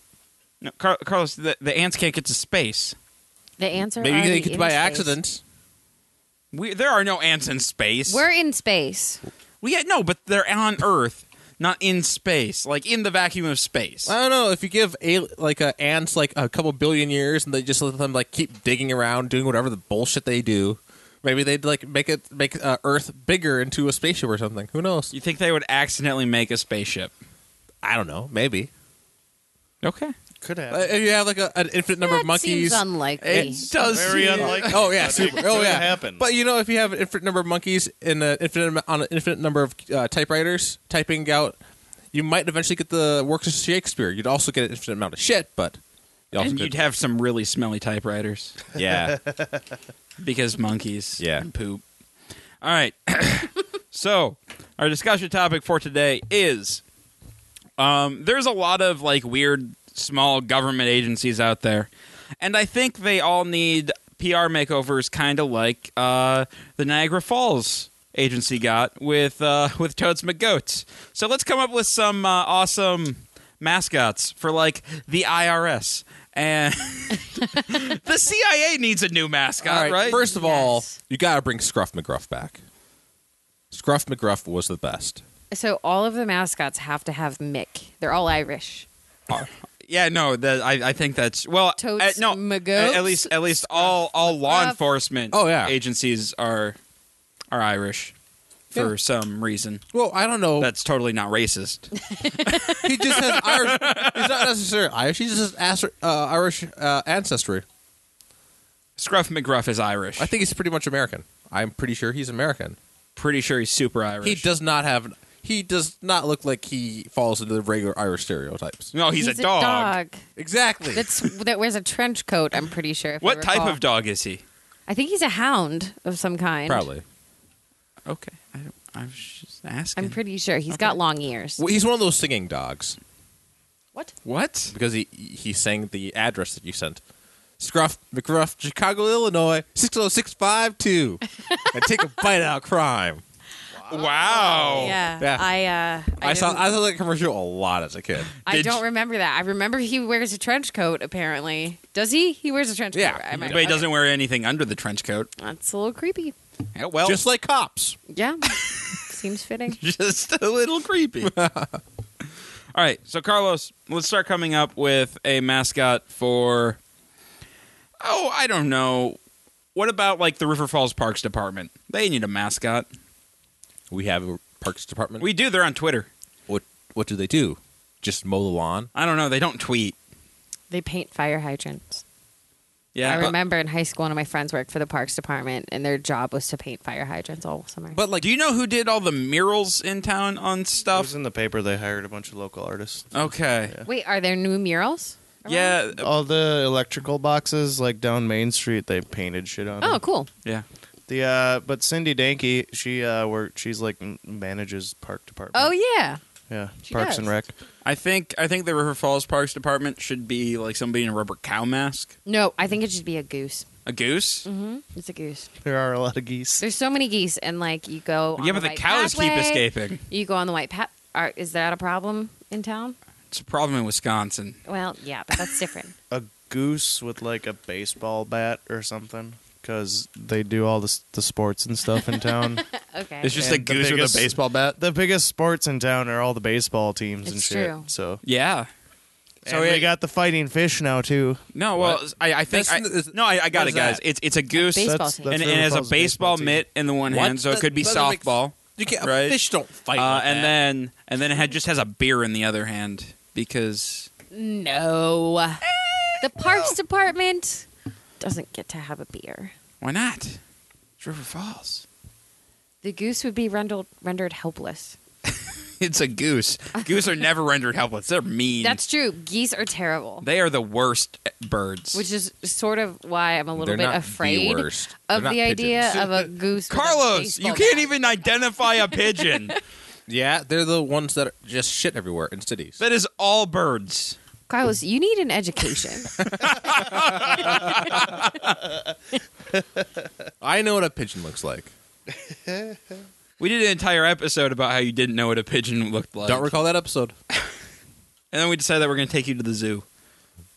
Speaker 2: No, Car- Carlos, the, the ants can't get to space.
Speaker 4: The answer.
Speaker 3: Maybe
Speaker 4: already
Speaker 3: they could
Speaker 4: in
Speaker 3: by
Speaker 4: space.
Speaker 3: accident.
Speaker 2: We, there are no ants in space.
Speaker 4: We're in space.
Speaker 2: Well, yeah, no, but they're on Earth, not in space, like in the vacuum of space.
Speaker 3: I don't know if you give a, like uh, ants like a couple billion years and they just let them like keep digging around doing whatever the bullshit they do. Maybe they'd like make it make uh, Earth bigger into a spaceship or something. Who knows?
Speaker 2: You think they would accidentally make a spaceship?
Speaker 3: I don't know. Maybe
Speaker 2: Okay.
Speaker 5: Could have.
Speaker 3: Uh, if you have like a, an infinite number
Speaker 4: that
Speaker 3: of monkeys.
Speaker 4: seems unlikely.
Speaker 3: it does
Speaker 5: Very
Speaker 3: seem-
Speaker 5: unlikely,
Speaker 3: Oh yeah,
Speaker 5: but
Speaker 3: super.
Speaker 5: it
Speaker 3: Oh
Speaker 5: could
Speaker 3: yeah,
Speaker 5: happen.
Speaker 3: But you know, if you have an infinite number of monkeys and an infinite am- on an infinite number of uh, typewriters typing out, you might eventually get the works of Shakespeare. You'd also get an infinite amount of shit, but you also
Speaker 2: And
Speaker 3: could-
Speaker 2: you'd have some really smelly typewriters
Speaker 3: yeah.
Speaker 2: because monkeys
Speaker 3: Yeah.
Speaker 2: and poop. All right. so, our discussion topic for today is um, there's a lot of like weird small government agencies out there, and I think they all need PR makeovers, kind of like uh, the Niagara Falls agency got with uh, with Toads McGoats. So let's come up with some uh, awesome mascots for like the IRS and the CIA needs a new mascot,
Speaker 3: All right.
Speaker 2: right?
Speaker 3: First of all,
Speaker 4: Yes.
Speaker 3: you gotta bring Scruff McGruff back. Scruff McGruff was the best.
Speaker 4: So all of the mascots have to have Mick. They're all Irish.
Speaker 2: Yeah, no, that I, I think that's well,
Speaker 4: Totes,
Speaker 2: uh, no,
Speaker 4: magotes,
Speaker 2: at, at least at least all all law
Speaker 4: stuff.
Speaker 2: enforcement
Speaker 3: Oh, yeah.
Speaker 2: agencies are are Irish for
Speaker 3: Yeah.
Speaker 2: some reason.
Speaker 3: Well, I don't know.
Speaker 2: That's totally not racist.
Speaker 3: he just has Irish. He's not necessarily Irish. He just has as- uh, Irish uh, ancestry.
Speaker 2: Scruff McGruff is Irish.
Speaker 3: I think he's pretty much American. I'm pretty sure he's American.
Speaker 2: pretty sure he's super Irish.
Speaker 3: He does not have. He does not look like he falls into the regular Irish stereotypes.
Speaker 2: No, Oh, he's, a, dog.
Speaker 3: Exactly.
Speaker 4: That's that wears a trench coat. I'm pretty sure. If I
Speaker 2: What type
Speaker 4: recall.
Speaker 2: of dog is he?
Speaker 4: I think he's a hound of some kind.
Speaker 3: Probably.
Speaker 2: Okay, I, don't, I was just asking.
Speaker 4: I'm pretty sure he's got long ears.
Speaker 3: Well, he's one of those singing dogs
Speaker 4: What?
Speaker 2: what?
Speaker 3: because he he sang the address that you sent. Scruff McGruff, Chicago, Illinois, 60652. and take a bite out of crime.
Speaker 4: Oh.
Speaker 2: Wow.
Speaker 4: yeah,
Speaker 3: yeah.
Speaker 4: I uh,
Speaker 3: I, saw
Speaker 4: didn't-
Speaker 3: I saw that commercial a lot as a kid.
Speaker 4: I
Speaker 2: Did
Speaker 4: don't
Speaker 2: you-
Speaker 4: remember that. I remember he wears a trench coat. Apparently, does he? He wears a trench coat.
Speaker 3: Yeah,
Speaker 4: I might-
Speaker 2: But he
Speaker 4: okay.
Speaker 2: doesn't wear anything under the trench coat.
Speaker 4: That's a little creepy.
Speaker 2: Yeah, well,
Speaker 3: Just like cops.
Speaker 4: Yeah, seems fitting.
Speaker 2: just a little creepy. All right, so Carlos, let's start coming up with a mascot for. Oh, I don't know. What about like the River Falls Parks Department? They need a mascot.
Speaker 3: We have a parks department.
Speaker 2: We do. They're on Twitter.
Speaker 3: what what do they do? Just mow the lawn?
Speaker 2: I don't know. They don't tweet.
Speaker 4: They paint fire hydrants.
Speaker 2: Yeah,
Speaker 4: I
Speaker 2: but-
Speaker 4: remember in high school, one of my friends worked for the parks department, and their job was to paint fire hydrants all summer.
Speaker 2: But like, do you know who did all the murals in town on
Speaker 5: It
Speaker 2: stuff?
Speaker 5: was in the paper. They hired a bunch of local artists.
Speaker 2: Okay.
Speaker 4: Wait, are there new murals? around?
Speaker 2: Yeah. uh,
Speaker 5: All the electrical boxes, like down Main Street, they painted shit on.
Speaker 4: Oh,
Speaker 5: them.
Speaker 4: cool.
Speaker 2: Yeah.
Speaker 5: The uh, but Cindy Danke, she uh, worked. She's like m- manages park department.
Speaker 4: Oh yeah.
Speaker 5: yeah,
Speaker 4: she
Speaker 5: Parks and
Speaker 4: does.
Speaker 5: Rec.
Speaker 2: I think I think the River Falls Parks Department should be like somebody in a rubber cow mask,
Speaker 4: No, I think it should be a goose.
Speaker 2: a goose.
Speaker 4: Mm-hmm. It's a goose.
Speaker 5: There are a lot of geese.
Speaker 4: There's so many geese, and like you go. On
Speaker 2: Yeah, but the
Speaker 4: white
Speaker 2: cows keep
Speaker 4: pathway,
Speaker 2: escaping.
Speaker 4: You go on the white path. Are, is that a problem in town?
Speaker 2: It's a problem in Wisconsin.
Speaker 4: Well, yeah, but that's different.
Speaker 5: A goose with like a baseball bat or something, because they do all the s- the sports and stuff in town.
Speaker 4: Okay.
Speaker 2: It's just
Speaker 5: And
Speaker 2: a
Speaker 5: the
Speaker 2: goose
Speaker 5: biggest-
Speaker 2: with a baseball bat.
Speaker 5: the biggest sports in town are all the baseball teams and
Speaker 4: It's
Speaker 5: shit.
Speaker 4: true.
Speaker 5: So
Speaker 2: Yeah. So
Speaker 5: and
Speaker 2: it-
Speaker 5: they got the fighting fish now too.
Speaker 2: no. Well, I, I think
Speaker 3: That's
Speaker 2: I,
Speaker 3: n- is-
Speaker 2: no. I, I got
Speaker 3: what
Speaker 2: it,
Speaker 3: is
Speaker 2: guys.
Speaker 3: that?
Speaker 2: It's it's a goose
Speaker 4: Baseball
Speaker 5: That's-
Speaker 4: team.
Speaker 2: and,
Speaker 5: that's
Speaker 2: and
Speaker 5: River
Speaker 2: it has a
Speaker 5: Falls'
Speaker 2: baseball
Speaker 5: team.
Speaker 2: mitt in the one
Speaker 3: What?
Speaker 2: hand, so it
Speaker 3: That-
Speaker 2: could be
Speaker 3: that doesn't make
Speaker 2: softball.
Speaker 3: s- You can't.
Speaker 2: right?
Speaker 3: Fish don't fight.
Speaker 2: Uh,
Speaker 3: like
Speaker 2: and
Speaker 3: that.
Speaker 2: then and then it had, just has a beer in the other hand because
Speaker 4: no. The parks department doesn't get to have a beer.
Speaker 2: why not? It's River Falls.
Speaker 4: The goose would be rendered rendered helpless.
Speaker 2: It's a goose. Goose are never rendered helpless. They're mean.
Speaker 4: That's true. Geese are terrible,
Speaker 2: they are the worst birds.
Speaker 4: which is sort of why I'm a little
Speaker 3: They're
Speaker 4: bit
Speaker 3: not the
Speaker 4: afraid
Speaker 3: worst. They're
Speaker 4: of
Speaker 3: not
Speaker 4: the idea
Speaker 3: pigeons.
Speaker 4: of a goose. with a
Speaker 2: Carlos, you
Speaker 4: baseball
Speaker 2: can't
Speaker 4: bat.
Speaker 2: even identify a pigeon.
Speaker 3: Yeah, they're the ones that are just shit everywhere in cities.
Speaker 2: that is all birds.
Speaker 4: Carlos, you need an education.
Speaker 3: I know what a pigeon looks like.
Speaker 2: We did an entire episode about how you didn't know what a pigeon looked like.
Speaker 3: Don't recall that episode.
Speaker 2: And then we decided that we're going to take you to the zoo.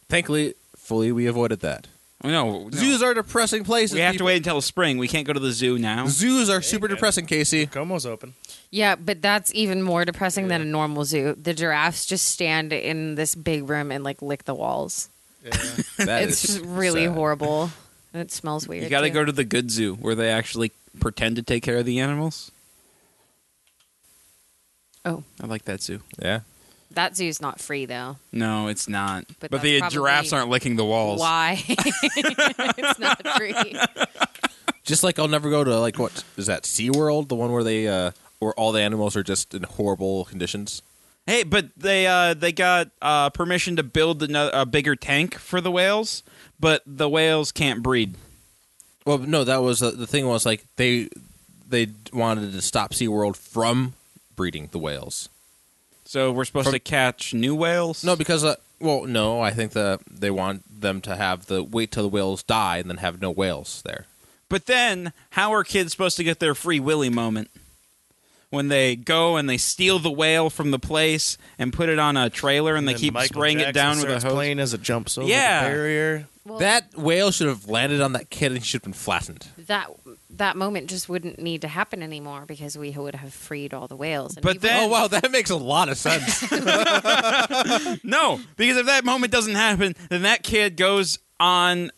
Speaker 3: Thankfully, fully we avoided that.
Speaker 2: No, no.
Speaker 3: Zoos are depressing places.
Speaker 2: we have to
Speaker 3: people.
Speaker 2: wait until spring. We can't go to the zoo now.
Speaker 3: Zoos are super depressing, Casey.
Speaker 5: Como's open.
Speaker 4: Yeah, but that's even more depressing than a normal zoo. The giraffes just stand in this big room and like lick the walls.
Speaker 3: That
Speaker 4: it's
Speaker 3: is
Speaker 4: just really
Speaker 3: sad.
Speaker 4: horrible. And it smells weird.
Speaker 2: You got to
Speaker 4: too.
Speaker 2: go to the good zoo where they actually pretend to take care of the animals.
Speaker 4: Oh,
Speaker 2: I like that zoo.
Speaker 3: Yeah.
Speaker 4: that zoo's not free though.
Speaker 2: No, it's not. But,
Speaker 4: But
Speaker 2: the
Speaker 4: that's
Speaker 2: giraffes
Speaker 4: probably
Speaker 2: aren't licking the walls.
Speaker 4: Why? it's not free.
Speaker 3: Just like I'll never go to like what is that SeaWorld, the one where they uh where all the animals are just in horrible conditions.
Speaker 2: Hey, but they uh, they got uh, permission to build another, a bigger tank for the whales, but the whales can't breed.
Speaker 3: Well, no, that was uh, the thing was like they they wanted to stop SeaWorld from breeding the whales.
Speaker 2: So we're supposed to catch new whales.
Speaker 3: No, because uh, well, no, I think that they want them to have the wait till the whales die and then have no whales there.
Speaker 2: But then, how are kids supposed to get their free willy moment? When they go and they steal the whale from the place and put it on a trailer and, they
Speaker 5: Then
Speaker 2: keep
Speaker 5: Michael
Speaker 2: spraying
Speaker 5: Jackson
Speaker 2: it down with a
Speaker 5: starts
Speaker 2: hose.
Speaker 5: Playing as it jumps over
Speaker 2: Yeah.
Speaker 5: the barrier.
Speaker 4: Well,
Speaker 3: that whale should have landed on that kid and he should have been flattened.
Speaker 4: that that moment just wouldn't need to happen anymore because we would have freed all the whales. And
Speaker 2: But
Speaker 4: we would-
Speaker 2: then-
Speaker 3: Oh wow, that makes a lot of sense.
Speaker 2: No, because if that moment doesn't happen, then that kid goes on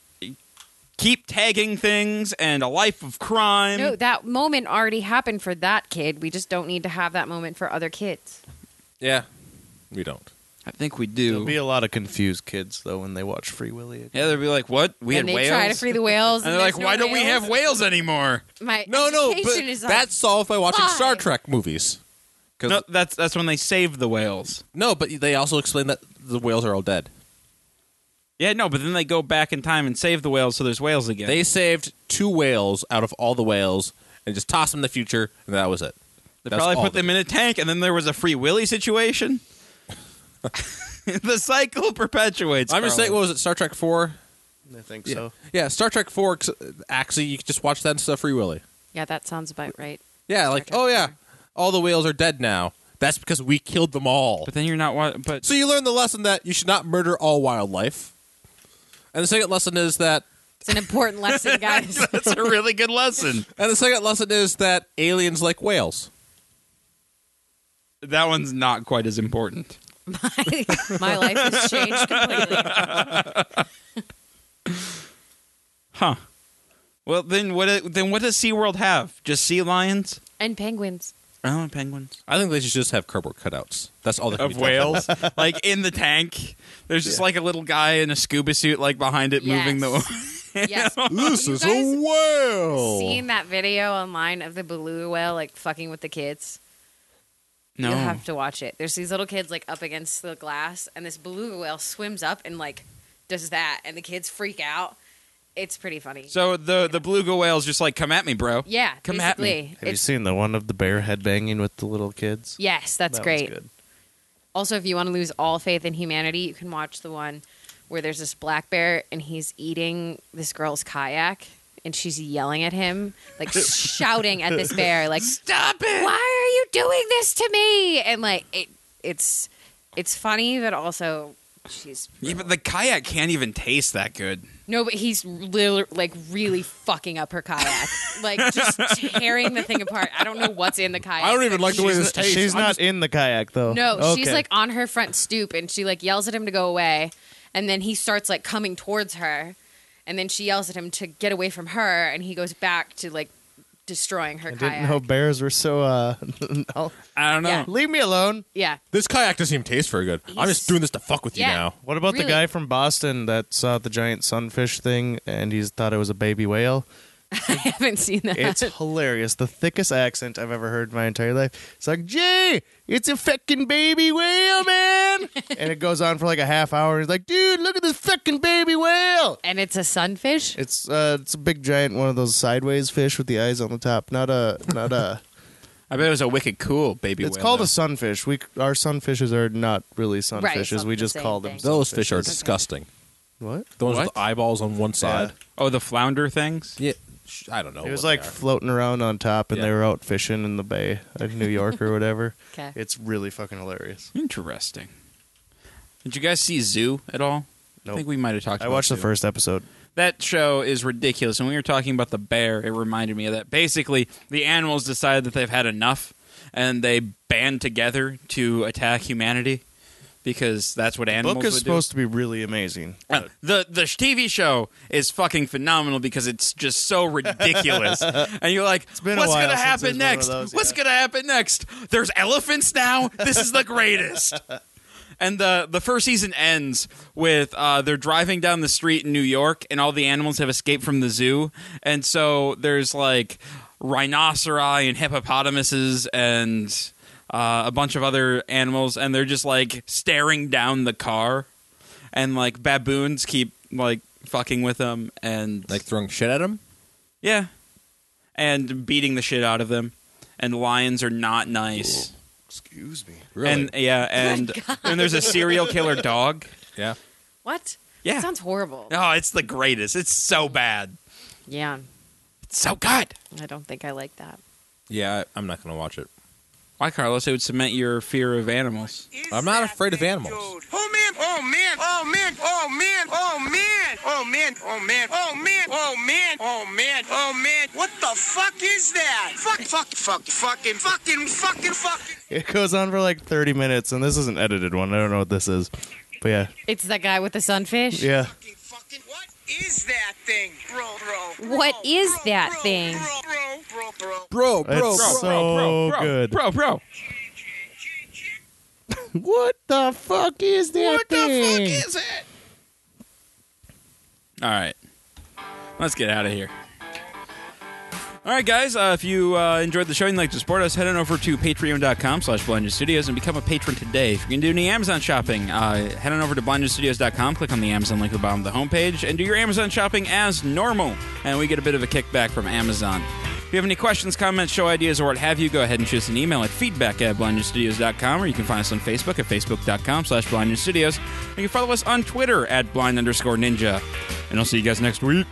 Speaker 2: keep tagging things and a life of crime.
Speaker 4: no, that moment already happened for that kid. We just don't need to have that moment for other kids.
Speaker 3: yeah, we don't.
Speaker 2: I think we
Speaker 5: There'll
Speaker 2: do.
Speaker 5: be a lot of confused kids though when they watch Free Willy. Again.
Speaker 2: yeah, they'll be like, "What? We
Speaker 4: and
Speaker 2: had
Speaker 4: they
Speaker 2: whales."
Speaker 4: try to free the whales.
Speaker 2: and they're like,
Speaker 4: there's no
Speaker 2: "Why don't we
Speaker 4: whales."
Speaker 2: have whales anymore?"
Speaker 4: My
Speaker 3: No, no, but
Speaker 4: education is on
Speaker 3: that's solved by watching
Speaker 4: Why?
Speaker 3: Star Trek movies. 'Cause-
Speaker 2: No, that's that's when they save the whales.
Speaker 3: no, but they also explain that the whales are all dead.
Speaker 2: Yeah, no, but then they go back in time and save the whales, so there's whales again.
Speaker 3: They saved two whales out of all the whales and just tossed them in the future, and that was it.
Speaker 2: They
Speaker 3: That's
Speaker 2: probably
Speaker 3: all
Speaker 2: put
Speaker 3: they-
Speaker 2: them in a tank, and then there was a free willy situation. the cycle perpetuates.
Speaker 3: I'm just
Speaker 2: Carl.
Speaker 3: saying, what was it, Star Trek Four?
Speaker 5: I think
Speaker 3: Yeah,
Speaker 5: so.
Speaker 3: yeah, Star Trek Four. ex- Actually, you could just watch that and stuff. Free Willy.
Speaker 4: yeah, that sounds about right.
Speaker 3: Yeah, like
Speaker 4: Trek
Speaker 3: oh yeah,
Speaker 4: 4.
Speaker 3: all the whales are dead now. That's because we killed them all.
Speaker 2: but then you're not. wa- But
Speaker 3: So you learn the lesson that you should not murder all wildlife. And the second lesson is that
Speaker 4: It's an important lesson, guys.
Speaker 2: that's a really good lesson.
Speaker 3: and the second lesson is that aliens like whales.
Speaker 2: That one's not quite as important.
Speaker 4: my, my life has changed completely.
Speaker 2: Huh. Well, then what? Then what does SeaWorld have? Just sea lions?
Speaker 4: And penguins.
Speaker 2: Oh, and penguins.
Speaker 3: I think they should just have cardboard cutouts. That's all they can
Speaker 2: Of
Speaker 3: be
Speaker 2: whales, like in the tank. There's just like a little guy in a scuba suit, like behind it, moving the.
Speaker 4: Yes.
Speaker 3: This
Speaker 4: You
Speaker 3: is
Speaker 4: guys
Speaker 3: a whale.
Speaker 4: Seeing that video online of the blue whale like fucking with the kids.
Speaker 2: No,
Speaker 4: You have to watch it. There's these little kids like up against the glass, and this beluga whale swims up and like does that, and the kids freak out. It's pretty funny.
Speaker 2: So the the beluga whale's just like, come at me, bro.
Speaker 4: yeah,
Speaker 2: Come at me.
Speaker 4: basically.
Speaker 5: Have you
Speaker 4: It's-
Speaker 5: seen the one of the bear headbanging with the little kids?
Speaker 4: yes, that's
Speaker 5: That one's
Speaker 4: great.
Speaker 5: good.
Speaker 4: Also, if you want to lose all faith in humanity, you can watch the one where there's this black bear and he's eating this girl's kayak and she's yelling at him, like shouting at this bear, like "Stop it! Why are you doing this to me?" And like it, it's it's funny, but also she's
Speaker 2: Yeah, but the kayak can't even taste that good.
Speaker 4: no, but he's literally, like really fucking up her kayak, like just tearing the thing apart. I don't know what's in the kayak.
Speaker 3: I don't even
Speaker 4: but
Speaker 3: like the way this tastes.
Speaker 5: She's not in the kayak though.
Speaker 4: No, she's
Speaker 5: Okay.
Speaker 4: like on her front stoop and she like yells at him to go away. And then he starts like coming towards her. And then she yells at him to get away from her. And he goes back to like destroying her
Speaker 5: I
Speaker 4: kayak.
Speaker 5: didn't know bears were so. uh no.
Speaker 2: I don't know.
Speaker 4: Yeah.
Speaker 5: Leave me alone.
Speaker 4: yeah.
Speaker 3: This kayak doesn't even taste very good. I'm
Speaker 4: He's-
Speaker 3: just doing this to fuck with you
Speaker 4: Yeah.
Speaker 3: now.
Speaker 5: What about the
Speaker 4: Really?
Speaker 5: guy from Boston that saw the giant sunfish thing and he thought it was a baby whale?
Speaker 4: I haven't seen that.
Speaker 5: It's hilarious. The thickest accent I've ever heard in my entire life. It's like, Jay, it's a fucking baby whale, man. and it goes on for like a half hour. He's like, dude, look at this fucking baby whale.
Speaker 4: and it's a sunfish?
Speaker 5: It's uh, it's a big giant one of those sideways fish with the eyes on the top. Not a, not a.
Speaker 2: I bet it was a wicked cool baby.
Speaker 5: it's called a sunfish. We our sunfishes are not really sunfishes.
Speaker 4: it's not
Speaker 5: we
Speaker 4: the
Speaker 5: just
Speaker 4: same
Speaker 5: call
Speaker 4: thing.
Speaker 5: them
Speaker 3: Those fish are disgusting.
Speaker 5: what?
Speaker 3: The ones with
Speaker 2: What?
Speaker 3: the eyeballs on one side.
Speaker 2: Oh, the flounder things.
Speaker 3: Yeah, sh I don't know.
Speaker 5: It
Speaker 3: what
Speaker 5: was
Speaker 3: they
Speaker 5: like
Speaker 3: are.
Speaker 5: floating around on top, and
Speaker 3: Yeah.
Speaker 5: they were out fishing in the bay of New York or whatever.
Speaker 4: 'Kay.
Speaker 5: It's really fucking hilarious.
Speaker 2: Interesting. Did you guys see Zoo at all? I
Speaker 5: Nope.
Speaker 2: think we might have talked.
Speaker 5: I
Speaker 2: about
Speaker 5: watched the
Speaker 2: Zoo.
Speaker 5: first episode.
Speaker 2: that show is ridiculous. And when we were talking about the bear, it reminded me of that. Basically, the animals decided that they've had enough, and they band together to attack humanity because that's what animals
Speaker 5: Book is
Speaker 2: would do.
Speaker 5: supposed to be really amazing.
Speaker 2: Uh, the the sh- TV show is fucking phenomenal because it's just so ridiculous, and you're like,
Speaker 5: been a
Speaker 2: what's
Speaker 5: while
Speaker 2: gonna
Speaker 5: since there's
Speaker 2: happen
Speaker 5: been one of
Speaker 2: next?
Speaker 5: those,
Speaker 2: What's
Speaker 5: yeah.
Speaker 2: gonna happen next? There's elephants now. This is the greatest. And the the first season ends with uh, they're driving down the street in New York, and all the animals have escaped from the zoo, and so there's like rhinoceri and hippopotamuses and. Uh, a bunch of other animals, and they're just like staring down the car and like baboons keep like fucking with them and
Speaker 3: Like throwing shit at him.
Speaker 2: yeah and beating the shit out of them and lions are not nice
Speaker 5: Excuse me.
Speaker 3: Really?
Speaker 2: and yeah and and there's a serial killer dog
Speaker 3: yeah.
Speaker 4: What?
Speaker 2: Yeah.
Speaker 4: That sounds horrible.
Speaker 2: oh it's the greatest it's so bad
Speaker 4: Yeah.
Speaker 2: it's so good
Speaker 4: I don't think I like that.
Speaker 3: Yeah, I, I'm not gonna watch it.
Speaker 2: why carlos it would cement your fear of animals
Speaker 3: I'm not afraid of animals.
Speaker 7: Oh man, oh man, oh man, oh man, oh man, oh man, oh man, oh man, oh man, oh man, oh man. What the fuck is that? Fuck, fuck, fuck, fucking, fucking, fucking, fucking.
Speaker 5: It goes on for like 30 minutes, and this is an edited one. I don't know what this is. But yeah.
Speaker 4: It's that guy with the sunfish.
Speaker 5: Yeah.
Speaker 7: Fucking, fucking, what is that thing? Bro, bro. bro,
Speaker 4: What is
Speaker 7: bro,
Speaker 4: that
Speaker 7: bro,
Speaker 4: thing?
Speaker 7: Bro, bro, bro, bro.
Speaker 3: Bro,
Speaker 5: It's so good.
Speaker 2: bro bro
Speaker 5: What the fuck is that thing?
Speaker 2: All right. Let's get out of here. All right, guys. Uh, if you uh, enjoyed the show and you'd like to support us, head on over to patreon.com slash Blinded Studios and become a patron today. If you're going to do any Amazon shopping, uh, head on over to blindedstudios.com, click on the Amazon link at the bottom of the homepage, and do your Amazon shopping as normal. And we get a bit of a kickback from Amazon. If you have any questions, comments, show ideas, or what have you, go ahead and shoot us an email at feedback at blindnewstudios.com, or you can find us on Facebook at facebook.com slash blindnewstudios. And you can follow us on Twitter at blind underscore ninja. And I'll see you guys next week.